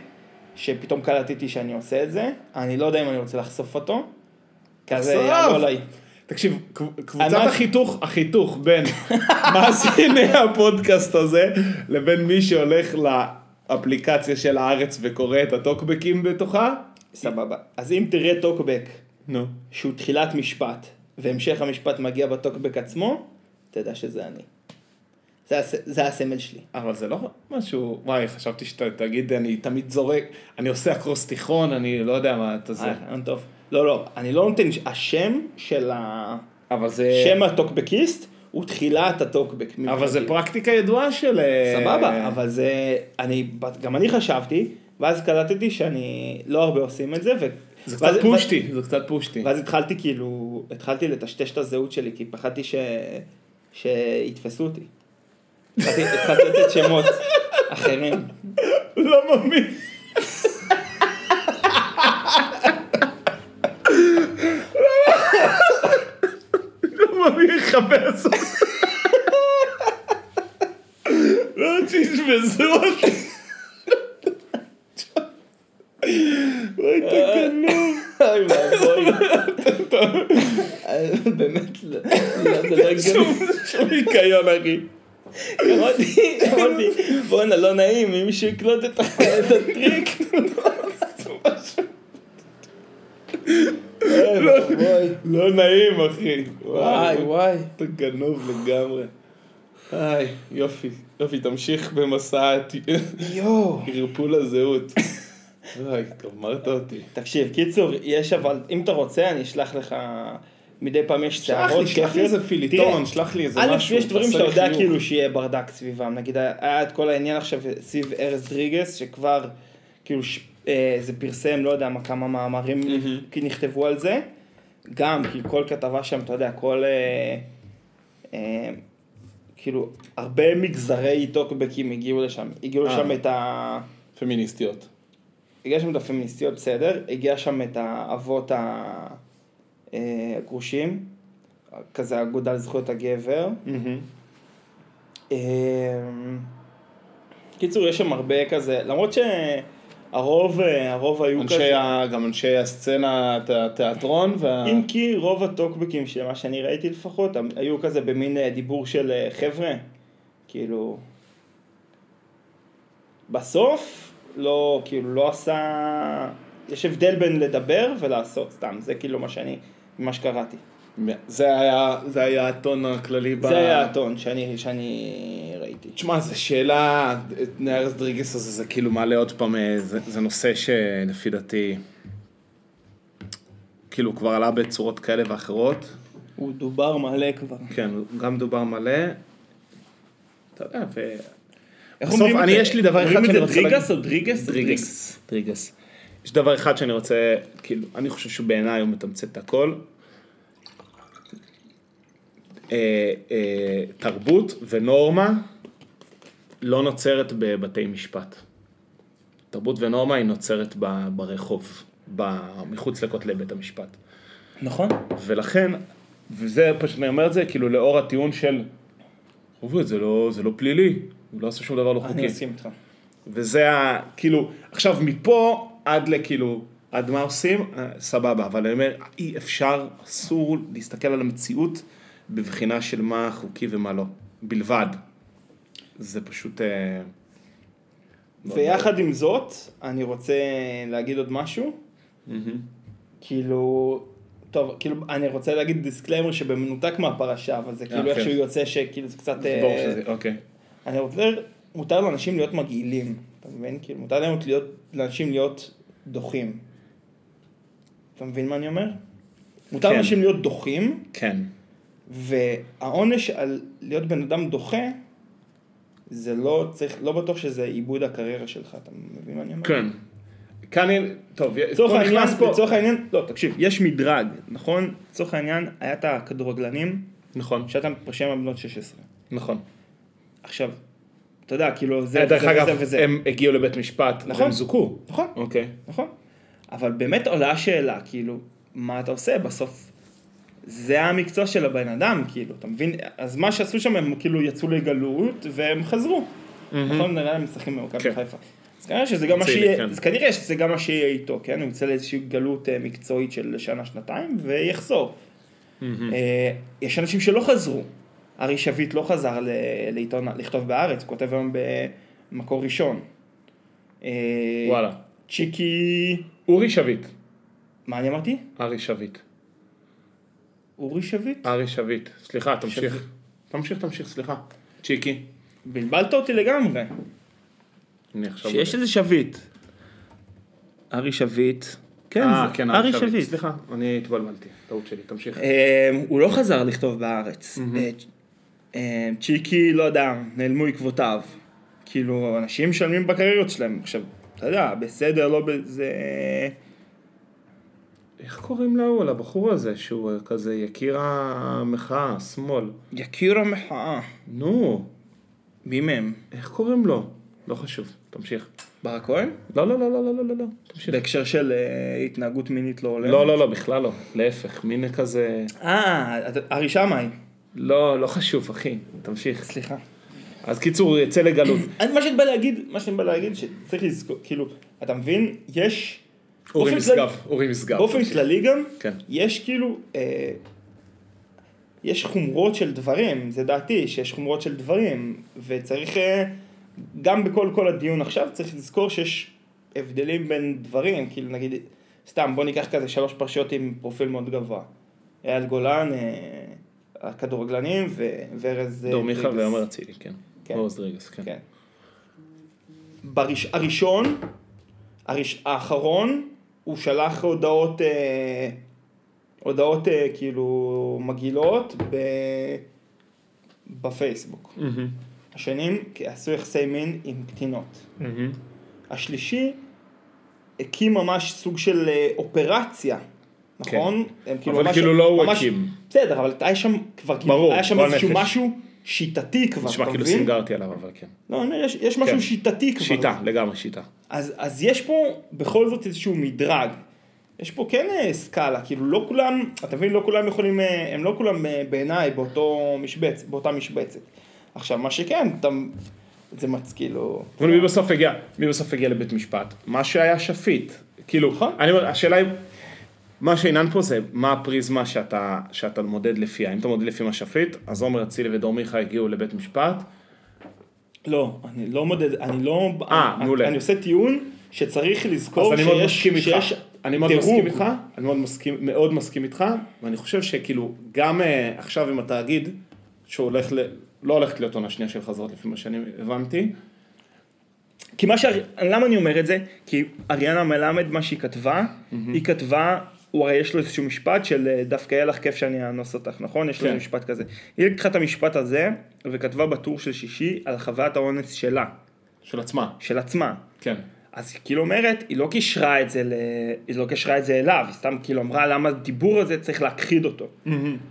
Speaker 1: שפתאום קלטתי שאני עושה את זה, אני לא יודע אם אני רוצה לחשוף אותו. כזה
Speaker 3: לחשוף!
Speaker 1: יעלו עליי.
Speaker 3: תקשיב, קב- קבוצת
Speaker 1: אמרתי-
Speaker 3: החיתוך, החיתוך בין מאזיני הפודקאסט הזה לבין מי שהולך לאפליקציה של הארץ וקורא את הטוקבקים בתוכה,
Speaker 1: סבבה. אז אם תראה טוקבק
Speaker 3: נו.
Speaker 1: שהוא תחילת משפט, והמשך המשפט מגיע בטוקבק עצמו, תדע שזה אני. זה, הס... זה הסמל שלי.
Speaker 3: אבל זה לא משהו, וואי, חשבתי שאתה תגיד, אני תמיד זורק, אני עושה אקרוס תיכון, אני לא יודע מה אתה זה.
Speaker 1: אה, רעיון טוב. לא, לא, אני לא נותן, השם של ה...
Speaker 3: אבל זה...
Speaker 1: שם הטוקבקיסט הוא תחילת הטוקבק.
Speaker 3: אבל
Speaker 1: מבחינתי.
Speaker 3: זה פרקטיקה ידועה של... אה,
Speaker 1: סבבה, אבל זה, אני, גם אני חשבתי, ואז קלטתי שאני, לא הרבה עושים את זה, ו...
Speaker 3: זה
Speaker 1: ואז-
Speaker 3: קצת פושטי, זה קצת פושטי.
Speaker 1: ואז התחלתי כאילו, התחלתי לטשטש את הזהות שלי, כי פחדתי ש... שיתפסו אותי. התחלתי התחלתי לתת שמות אחרים.
Speaker 3: לא מאמין. לא מאמין איך חפש. לא תשבזו אותי. וואי, תקנון.
Speaker 1: אוי ואבוי. באמת, לא, לא, זה לא הגיוני.
Speaker 3: שום היקיון, אחי.
Speaker 1: אמרתי, אמרתי, בואנה, לא נעים, אם מישהו יקלוט את ה- את הטריק. אוי, ואבוי.
Speaker 3: לא נעים, אחי.
Speaker 1: כן, וואי, וואי.
Speaker 3: אתה גנוב לגמרי. היי, יופי. יופי, תמשיך במסע הת-
Speaker 1: יואו.
Speaker 3: ערפול הזהות. וואי, גמרת אותי.
Speaker 1: תקשיב, קיצור, יש אבל, אם אתה רוצה, אני אשלח לך, מדי פעם יש שערות כיפיות. תראה,
Speaker 3: שלח לי איזה
Speaker 1: א', יש דברים שאתה יודע כאילו שיהיה ברדק סביבם, נגיד היה את כל העניין עכשיו סביב ארז דריגס, שכבר כאילו ש... אה, זה פרסם, לא יודע מה, כמה מאמרים כי נכתבו על זה, גם כי כל כתבה שם, אתה יודע, כל אה, אה, כאילו, הרבה מגזרי טוקבקים הגיעו לשם, הגיעו
Speaker 3: אה.
Speaker 1: לשם את ה...
Speaker 3: פמיניסטיות.
Speaker 1: הגיע שם את הפמיניסטיות, בסדר, הגיע שם את האבות ה- אה, הגרושים, כזה האגודה לזכויות הגבר. אה, קיצור, יש שם הרבה כזה, למרות שהרוב, אה, הרוב היו
Speaker 3: אנשי
Speaker 1: כזה,
Speaker 3: ה- גם אנשי הסצנה, הת- התיאטרון וה...
Speaker 1: אם כי רוב הטוקבקים שמה שאני ראיתי לפחות, הם היו כזה במין אה, דיבור של אה, חבר'ה, כאילו, בסוף, לא, כאילו, לא עשה, יש הבדל בין לדבר ולעשות סתם, זה כאילו מה שאני, מה שקראתי.
Speaker 3: זה היה- זה היה הטון הכללי ב...
Speaker 1: זה היה הטון שאני, שאני ראיתי.
Speaker 3: תשמע, זו שאלה, את נארז דריגס הזה, זה כאילו מעלה עוד פעם, אה, זה, זה נושא שלפי דעתי, כאילו כבר עלה בצורות כאלה ואחרות.
Speaker 1: הוא דובר מלא כבר.
Speaker 3: כן, הוא גם דובר מלא. אתה יודע, ו...
Speaker 1: איך
Speaker 3: בסוף,
Speaker 1: אומרים את
Speaker 3: אני,
Speaker 1: זה?
Speaker 3: יש לי דבר אחד
Speaker 1: אומרים את
Speaker 3: שאני
Speaker 1: זה
Speaker 3: רוצה להגיד.
Speaker 1: דריגס או דריגס?
Speaker 3: דריגס. דריגס. יש דבר אחד שאני רוצה, כאילו, אני חושב שבעיניי הוא מתמצת את הכל. אה, אה, תרבות ונורמה לא נוצרת בבתי משפט. תרבות ונורמה היא נוצרת ב- ברחוב, ב- מחוץ לכותלי בית המשפט.
Speaker 1: נכון.
Speaker 3: אוקיי. ולכן, וזה פשוט, אני אומר את זה, כאילו לאור הטיעון של, עובד, זה לא, זה לא פלילי, הוא לא עשה שום דבר לא חוקי.
Speaker 1: אני מסכים איתך.
Speaker 3: וזה ה... כאילו, עכשיו מפה עד לכאילו, עד מה עושים? אה, סבבה, אבל אני אומר, אי אפשר, אסור להסתכל על המציאות בבחינה של מה חוקי ומה לא, בלבד. זה פשוט... אה, מאוד
Speaker 1: ויחד עם זאת, אני רוצה להגיד עוד משהו. כאילו, טוב, כאילו, אני רוצה להגיד דיסקליימר שבמנותק מהפרשה, אבל זה כאילו
Speaker 3: אוקיי.
Speaker 1: איכשהו יוצא שכאילו זה קצת... אה,
Speaker 3: ברור שזה, אוקיי.
Speaker 1: אני רוצה, מותר לאנשים להיות מגעילים. אתה מבין? כאילו, מותר להם להיות, לאנשים להיות דוחים. אתה מבין מה אני אומר? מותר
Speaker 3: כן.
Speaker 1: לאנשים להיות דוחים,
Speaker 3: כן.
Speaker 1: והעונש על להיות בן אדם דוחה, זה לא צריך, לא בטוח שזה עיבוד הקריירה שלך, אתה מבין מה אני אומר?
Speaker 3: כן. כאן, טוב,
Speaker 1: לצורך
Speaker 3: פה
Speaker 1: העניין,
Speaker 3: נכנס פה-
Speaker 1: לצורך העניין, לא, תקשיב, יש מדרג, נכון? לצורך העניין, היה את הכדורגלנים,
Speaker 3: נכון,
Speaker 1: שאתה מתפשר עם בנות 16.
Speaker 3: נכון.
Speaker 1: עכשיו, אתה יודע, כאילו, זה
Speaker 3: אה, דרך
Speaker 1: וזה
Speaker 3: אגב,
Speaker 1: וזה וזה.
Speaker 3: הם הגיעו לבית משפט,
Speaker 1: נכון.
Speaker 3: והם זוכו.
Speaker 1: נכון,
Speaker 3: אוקיי.
Speaker 1: נכון. אבל באמת עולה השאלה, כאילו, מה אתה עושה בסוף? זה המקצוע של הבן אדם, כאילו, אתה מבין? אז מה שעשו שם, הם כאילו יצאו לגלות, והם חזרו. נכון? נראה לי הם משחקים במכבי
Speaker 3: כן.
Speaker 1: חיפה. אז כנראה שזה גם מה
Speaker 3: צעירי,
Speaker 1: שיהיה,
Speaker 3: כן.
Speaker 1: אז כנראה שזה גם מה שיהיה איתו, כן? הוא יצא לאיזושהי גלות אה, מקצועית של שנה-שנתיים, ויחזור. אה, יש אנשים שלא חזרו. ארי שביט לא חזר ל- לעיתון, לכתוב בארץ, הוא כותב היום במקור ראשון. אה,
Speaker 3: וואלה.
Speaker 1: צ'יקי...
Speaker 3: אורי שביט.
Speaker 1: מה אני אמרתי?
Speaker 3: ארי שביט.
Speaker 1: אורי שביט?
Speaker 3: ארי שביט. סליחה, תמשיך.
Speaker 1: שביט.
Speaker 3: תמשיך, תמשיך, סליחה. צ'יקי.
Speaker 1: בלבלת אותי לגמרי.
Speaker 3: אני עכשיו...
Speaker 1: שיש איזה שביט. ארי שביט. כן,
Speaker 3: אה,
Speaker 1: זה-
Speaker 3: כן, ארי שביט. סליחה, אני התבלבלתי. טעות שלי, תמשיך.
Speaker 1: אמ, הוא לא חזר לכתוב בארץ. אה, צ'- אמ, צ'יקי, לא יודע, נעלמו עקבותיו. כאילו, אנשים משלמים בקריירות שלהם. עכשיו, אתה יודע, בסדר, לא בזה...
Speaker 3: איך קוראים להוא, לבחור הזה, שהוא אה, כזה יקיר המחאה, שמאל?
Speaker 1: יקיר המחאה.
Speaker 3: נו,
Speaker 1: מי מהם?
Speaker 3: איך קוראים לו? לא חשוב, תמשיך.
Speaker 1: ברק כהן?
Speaker 3: לא, לא, לא, לא, לא, לא, לא, לא, תמשיך.
Speaker 1: בהקשר של אה, התנהגות מינית לא הולמת?
Speaker 3: לא, לא, לא, בכלל לא. להפך, מין כזה...
Speaker 1: אה, אתה- ארי שמאי.
Speaker 3: לא, לא חשוב, אחי. תמשיך.
Speaker 1: סליחה.
Speaker 3: אז קיצור, הוא יצא לגלות.
Speaker 1: אני- מה שאני בא להגיד, מה שאני בא להגיד, שצריך לזכור, כאילו, אתה מבין, יש,
Speaker 3: אורי
Speaker 1: באופן כללי-
Speaker 3: משגב, אורי משגב.
Speaker 1: באופן כללי גם,
Speaker 3: כן.
Speaker 1: יש כאילו, אה, יש חומרות של דברים, זה דעתי, שיש חומרות של דברים, וצריך, אה, גם בכל כל הדיון עכשיו, צריך לזכור שיש הבדלים בין דברים, כאילו נגיד, סתם, בוא ניקח כזה שלוש פרשיות עם פרופיל מאוד גבוה. אייל גולן, אה, הכדורגלנים, ו- וארז... אה,
Speaker 3: דור מיכה
Speaker 1: דריגס.
Speaker 3: ועומר אצילי, כן.
Speaker 1: כן.
Speaker 3: עוז דריגס, כן.
Speaker 1: כן. בראש, הראשון, הראש, האחרון, הוא שלח הודעות, אה, הודעות אה, כאילו מגעילות ב, בפייסבוק.
Speaker 3: מהמם,
Speaker 1: השנים כי עשו יחסי מין עם קטינות.
Speaker 3: מהמם.
Speaker 1: השלישי הקים ממש סוג של אה, אופרציה, נכון? הם
Speaker 3: כן. אבל כאילו לא הוא הקים.
Speaker 1: בסדר, אבל היה שם כבר כאילו,
Speaker 3: ברור,
Speaker 1: היה שם
Speaker 3: גועל
Speaker 1: איזשהו
Speaker 3: נפש.
Speaker 1: משהו שיטתי כבר,
Speaker 3: נשמע
Speaker 1: אתה
Speaker 3: כאילו
Speaker 1: מבין?
Speaker 3: סינגרתי עליו, אבל כן.
Speaker 1: לא, אני אומר, יש, יש משהו
Speaker 3: כן.
Speaker 1: שיטתי כבר.
Speaker 3: שיטה, לגמרי שיטה.
Speaker 1: אז, אז יש פה בכל זאת איזשהו מדרג. יש פה כן אה, סקאלה, כאילו לא כולם, אתה מבין, לא כולם יכולים, אה, הם לא כולם אה, בעיניי באותו משבצ, באותה משבצת. עכשיו, מה שכן, אתה, זה מצ... כאילו...
Speaker 3: אבל מי בסוף הגיע? מי בסוף הגיע לבית משפט? מה שהיה שפיט. כאילו,
Speaker 1: נכון.
Speaker 3: אני אומר, השאלה היא, מה שהעניין פה זה מה הפריזמה שאתה, שאתה מודד לפיה. אם אתה מודד לפי מה שפיט, אז עומר אצילי ודור מיכה הגיעו לבית משפט.
Speaker 1: לא, אני לא מודד, אני לא...
Speaker 3: אה,
Speaker 1: אני-
Speaker 3: מעולה.
Speaker 1: אני עושה טיעון שצריך
Speaker 3: אז
Speaker 1: לזכור
Speaker 3: אני מאוד
Speaker 1: שיש...
Speaker 3: מסכים איתך.
Speaker 1: שיש
Speaker 3: אני מאוד
Speaker 1: דירוג.
Speaker 3: מסכים איתך, אני מאוד מסכים, מאוד מסכים איתך, ואני חושב שכאילו, גם אה, עכשיו עם התאגיד, שהוא הולך ל... לא הולכת להיות עונה שנייה של חזרות לפי מה שאני הבנתי.
Speaker 1: כי מה ש... למה אני אומר את זה? כי אריאנה מלמד, מה שהיא כתבה, היא כתבה, הוא הרי יש לו איזשהו משפט של אה, דווקא יהיה לך כיף שאני אאנוס אותך, נכון? יש לו
Speaker 3: כן.
Speaker 1: איזה משפט כזה. היא לקחה את המשפט הזה, וכתבה בטור של שישי על חוויית האונס שלה,
Speaker 3: של עצמה.
Speaker 1: של עצמה.
Speaker 3: כן.
Speaker 1: אז היא כאילו אומרת, היא לא קישרה את זה, ל... היא לא קישרה את זה אליו, היא סתם כאילו אמרה למה הדיבור הזה צריך להכחיד אותו.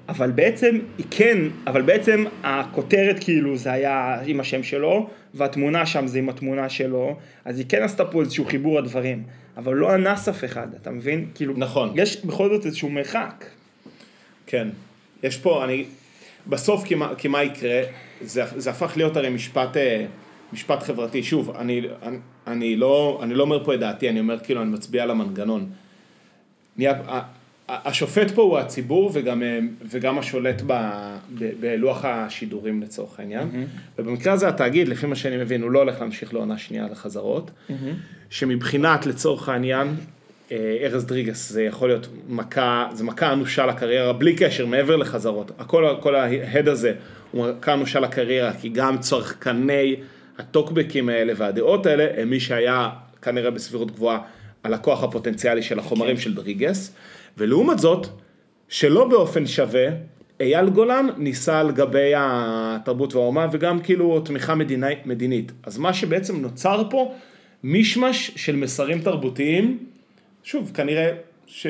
Speaker 1: אבל בעצם, היא כן, אבל בעצם הכותרת כאילו זה היה עם השם שלו, והתמונה שם זה עם התמונה שלו, אז היא כן עשתה פה איזשהו חיבור הדברים, אבל לא אנס אף אחד, אתה מבין? כאילו,
Speaker 3: נכון.
Speaker 1: יש בכל זאת איזשהו מרחק.
Speaker 3: כן. יש פה, אני... בסוף, כי מה- כי מה יקרה, זה, זה הפך להיות הרי משפט, אה, משפט חברתי. שוב, אני, אני, אני, לא, אני לא אומר פה את דעתי, אני אומר כאילו, אני מצביע על המנגנון. נהיה, ה- ה- השופט פה הוא הציבור וגם, אה, וגם השולט ב, ב, בלוח השידורים לצורך העניין. ובמקרה הזה התאגיד, לפי מה שאני מבין, הוא לא הולך להמשיך לעונה שנייה לחזרות. שמבחינת, לצורך העניין, אה, ארז דריגס זה יכול להיות מכה, זה מכה אנושה לקריירה, בלי קשר, מעבר לחזרות. הכל, כל ההד הזה הוא מכה אנושה לקריירה, כי גם צרכני הטוקבקים האלה והדעות האלה הם מי שהיה כנראה בסבירות גבוהה הלקוח הפוטנציאלי של החומרים של דריגס, ולעומת זאת, שלא באופן שווה, אייל גולן ניסה על גבי התרבות והאומה וגם כאילו תמיכה מדיני, מדינית. אז מה שבעצם נוצר פה, מישמש של מסרים תרבותיים, שוב, כנראה ש...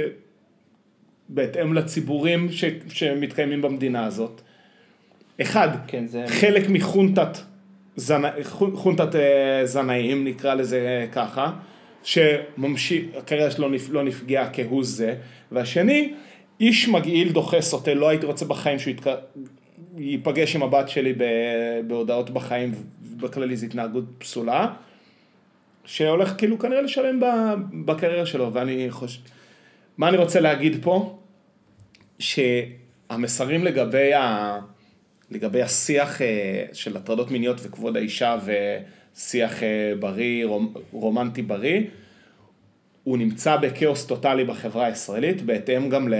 Speaker 3: בהתאם לציבורים ש... שמתקיימים במדינה הזאת. אחד,
Speaker 1: כן, זה-
Speaker 3: חלק מחונטת זנא... חונ- חונטת אה, זנאים, נקרא לזה אה, ככה, שממשיך, הקריירה שלו נפ... לא נפגעה כהוא זה, והשני, איש מגעיל, דוחה, סוטה, לא הייתי רוצה בחיים שהוא יתק... ייפגש עם הבת שלי ב... בהודעות בחיים, בכללי זו התנהגות פסולה, שהולך כאילו כנראה לשלם ב... בקריירה שלו, ואני חושב... מה אני רוצה להגיד פה? שהמסרים לגבי, ה... לגבי השיח אה, של הטרדות מיניות וכבוד האישה ושיח אה, בריא, רומ... רומנטי בריא, הוא נמצא בכאוס טוטאלי בחברה הישראלית, בהתאם גם ל...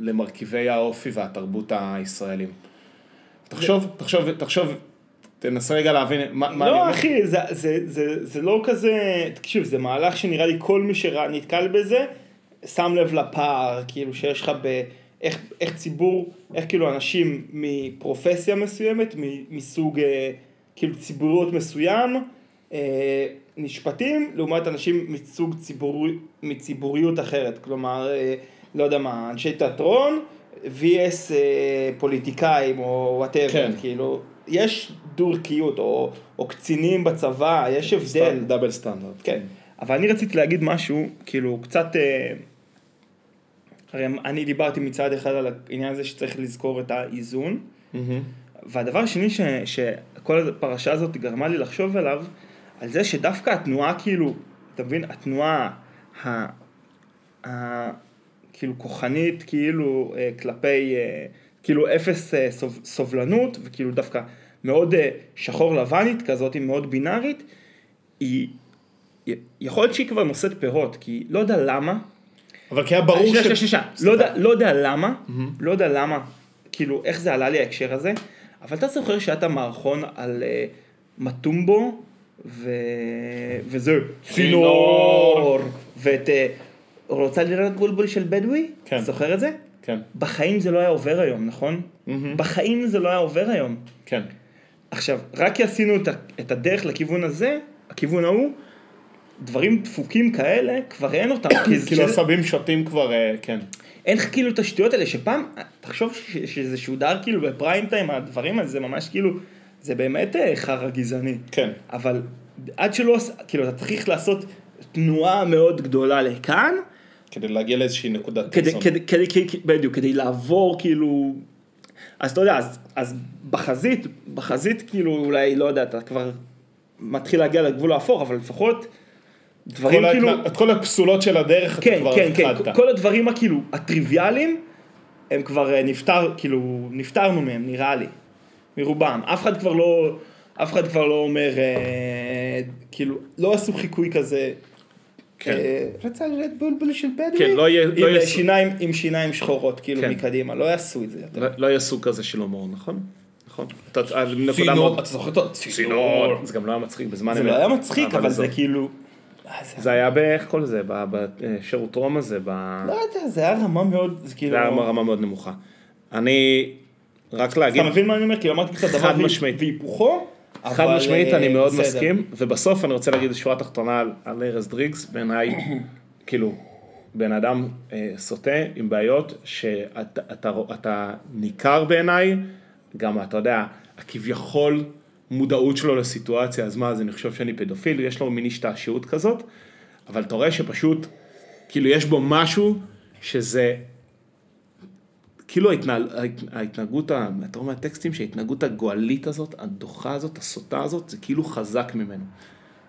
Speaker 3: למרכיבי האופי והתרבות הישראלים. תחשוב, תחשוב, תחשוב, תנסה רגע להבין מה, מה אני
Speaker 1: לא
Speaker 3: אומר.
Speaker 1: אחי, זה, זה, זה, זה לא כזה, תקשיב, זה מהלך שנראה לי כל מי שנתקל בזה, שם לב לפער, כאילו שיש לך ב... איך, איך ציבור, איך כאילו אנשים מפרופסיה מסוימת, מ- מסוג אה, כאילו ציבוריות מסוים, אה, נשפטים, לעומת אנשים מסוג ציבור, מציבוריות אחרת, כלומר, אה, לא יודע מה, אנשי תיאטרון, VS אה, פוליטיקאים או וואטאבר,
Speaker 3: כן.
Speaker 1: כן. כאילו, יש דו-ערכיות, או, או קצינים בצבא, יש
Speaker 3: כן,
Speaker 1: הבדל.
Speaker 3: דאבל סטנדרט.
Speaker 1: כן. אבל אני רציתי להגיד משהו, כאילו, קצת... אה, הרי אני דיברתי מצד אחד על העניין הזה שצריך לזכור את האיזון,
Speaker 3: מהמם.
Speaker 1: והדבר השני ש, שכל הפרשה הזאת גרמה לי לחשוב עליו, על זה שדווקא התנועה כאילו, אתה מבין, התנועה ה... ה כאילו כוחנית, כאילו אה, כלפי, אה, כאילו אפס אה, סוב, סובלנות, וכאילו דווקא מאוד אה, שחור לבנית כזאת, היא מאוד בינארית, היא, י- יכול להיות שהיא כבר נושאת פירות, כי לא יודע למה,
Speaker 3: אבל כי היה ברור
Speaker 1: שנייה, שנייה, שנייה, שנייה. לא יודע- לא יודע למה, לא יודע למה, כאילו, איך זה עלה לי ההקשר הזה, אבל אתה זוכר שהיה את המערכון על אה, מטומבו, ו... וזה צינור, ואת אה, רוצה לראות בולבול של בדואי?
Speaker 3: כן.
Speaker 1: זוכר את זה?
Speaker 3: כן,
Speaker 1: בחיים זה לא היה עובר היום, נכון? בחיים זה לא היה עובר היום.
Speaker 3: כן.
Speaker 1: עכשיו, רק כי עשינו את ה- את הדרך לכיוון הזה, הכיוון ההוא, דברים דפוקים כאלה, כבר אין אותם. כי זה-
Speaker 3: כאילו
Speaker 1: שזה-
Speaker 3: עשבים שוטים כבר, אה, כן.
Speaker 1: אין לך כאילו את השטויות האלה שפעם, תחשוב ש- שזה שודר כאילו בפריים טיים, הדברים האלה זה ממש כאילו, זה באמת אה, חרא גזעני.
Speaker 3: כן.
Speaker 1: אבל עד שלא, עש- כאילו אתה צריך לעשות תנועה מאוד גדולה לכאן,
Speaker 3: כדי להגיע לאיזושהי נקודת
Speaker 1: כדי,
Speaker 3: קיצון.
Speaker 1: כדי, כדי, כדי, בדיוק, כדי לעבור כאילו, אז אתה יודע, אז, אז בחזית, בחזית כאילו אולי, לא יודע, אתה כבר מתחיל להגיע לגבול האפור, אבל לפחות דברים
Speaker 3: כל ההתנ-
Speaker 1: כאילו...
Speaker 3: את כל הפסולות של הדרך אתה
Speaker 1: כן,
Speaker 3: כבר
Speaker 1: כן, כן,
Speaker 3: הפחדת.
Speaker 1: כל הדברים הכאילו, הטריוויאליים, הם כבר אה, נפטר, כאילו, נפטרנו מהם, נראה לי, מרובם. אף אחד כבר לא, אף אחד כבר לא אומר, אה, כאילו, לא עשו חיקוי כזה.
Speaker 3: כן.
Speaker 1: אה, רצה לראות בולבול של בדואי,
Speaker 3: כן, לא יהיה-
Speaker 1: עם,
Speaker 3: לא יהיה-
Speaker 1: אה, שיניים, עם שיניים שחורות, כאילו,
Speaker 3: כן.
Speaker 1: מקדימה, לא יעשו את זה יותר.
Speaker 3: לא- לא יהיה סוג כזה של הומור, נכון? נכון. אתה- הנקודה מאוד-
Speaker 4: צינור, אתה זוכר אותו?
Speaker 3: צינור. זה גם לא היה מצחיק בזמן
Speaker 1: זה
Speaker 3: אמת.
Speaker 1: לא היה מצחיק, אבל
Speaker 3: זאת-
Speaker 1: זה כאילו, אה, זה-
Speaker 3: זה היה באיך כל זה, בשירות רום הזה, ב-
Speaker 1: לא יודע, זה היה רמה מאוד, זה כאילו,
Speaker 3: זה היה רמה מאוד נמוכה. אני, רק להגיד,
Speaker 1: אתה מבין מה אני אומר? כאילו, אמרתי קצת דבר
Speaker 3: חד משמעית.
Speaker 1: והיפוכו,
Speaker 3: חד
Speaker 1: אבל,
Speaker 3: משמעית,
Speaker 1: אה,
Speaker 3: אני מאוד
Speaker 1: בסדר.
Speaker 3: מסכים, ובסוף אני רוצה להגיד שורה תחתונה על- על ארז דריגס, בעיניי, כאילו, בן אדם אה, סוטה עם בעיות, שאתה אתה רוא- אתה ניכר בעיניי, גם אתה יודע, הכביכול מודעות שלו לסיטואציה, אז מה, אז אני חושב שאני פדופיל, יש לו מין השתעשעות כזאת, אבל אתה רואה שפשוט, כאילו, יש בו משהו שזה כאילו ההתנהל, ההת- ההתנהגות, ה- אתה רואה מהטקסטים שההתנהגות הגועלית הזאת, הדוחה הזאת, הסוטה הזאת, זה כאילו חזק ממנו.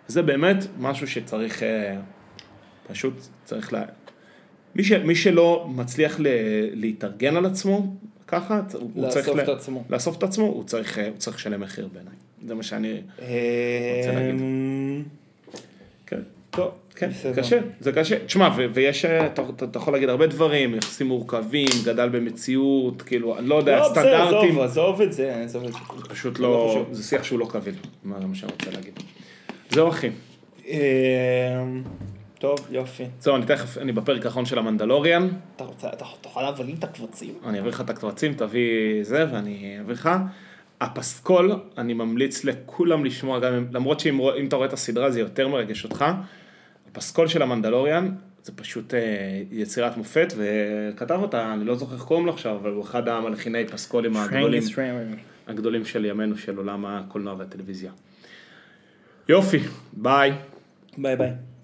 Speaker 3: זה באמת משהו שצריך, אה, פשוט צריך ל... מי, ש, מי שלא מצליח ל, להתארגן על עצמו ככה, הוא הוא
Speaker 1: לאסוף
Speaker 3: צריך...
Speaker 1: את עצמו.
Speaker 3: לאסוף את עצמו, הוא צריך, אה, הוא צריך לשלם מחיר בעיניי. זה מה שאני... רוצה להגיד.
Speaker 1: אמ,
Speaker 3: כן. טוב, כן,
Speaker 1: בסדר.
Speaker 3: קשה, זה קשה. תשמע, ו- ויש, אה, אתה אתה- אתה יכול להגיד הרבה דברים, יחסים מורכבים, גדל במציאות, כאילו, אני לא יודע,
Speaker 1: לא, בסדר,
Speaker 3: סטנדרטים,
Speaker 1: עזוב, עזוב את זה, עזוב את זה.
Speaker 3: פשוט
Speaker 1: לא
Speaker 3: לא,
Speaker 1: חשוב.
Speaker 3: זה שיח שהוא לא קביל, מה זה מה שאני רוצה להגיד. זהו אחי,
Speaker 1: אמ, טוב, יופי.
Speaker 3: זהו, אני תכף, אני בפרק האחרון של המנדלוריאן,
Speaker 1: אתה רוצה, אתה תוכל להבליל את הקבצים?
Speaker 3: אני אעביר לך את הקבצים, תביא זה ואני אעביר לך. הפסקול, אני ממליץ לכולם לשמוע, גם אם- למרות שאם רוא- אם אתה רואה את הסדרה זה יותר מרגש אותך. הפסקול של המנדלוריאן, זה פשוט אה, יצירת מופת, וכתב אותה, אני לא זוכר איך קוראים לו עכשיו, אבל הוא אחד המלחיני פסקולים הגדולים, הגדולים של ימינו, של עולם הקולנוע והטלוויזיה. יופי, ביי.
Speaker 1: ביי ביי.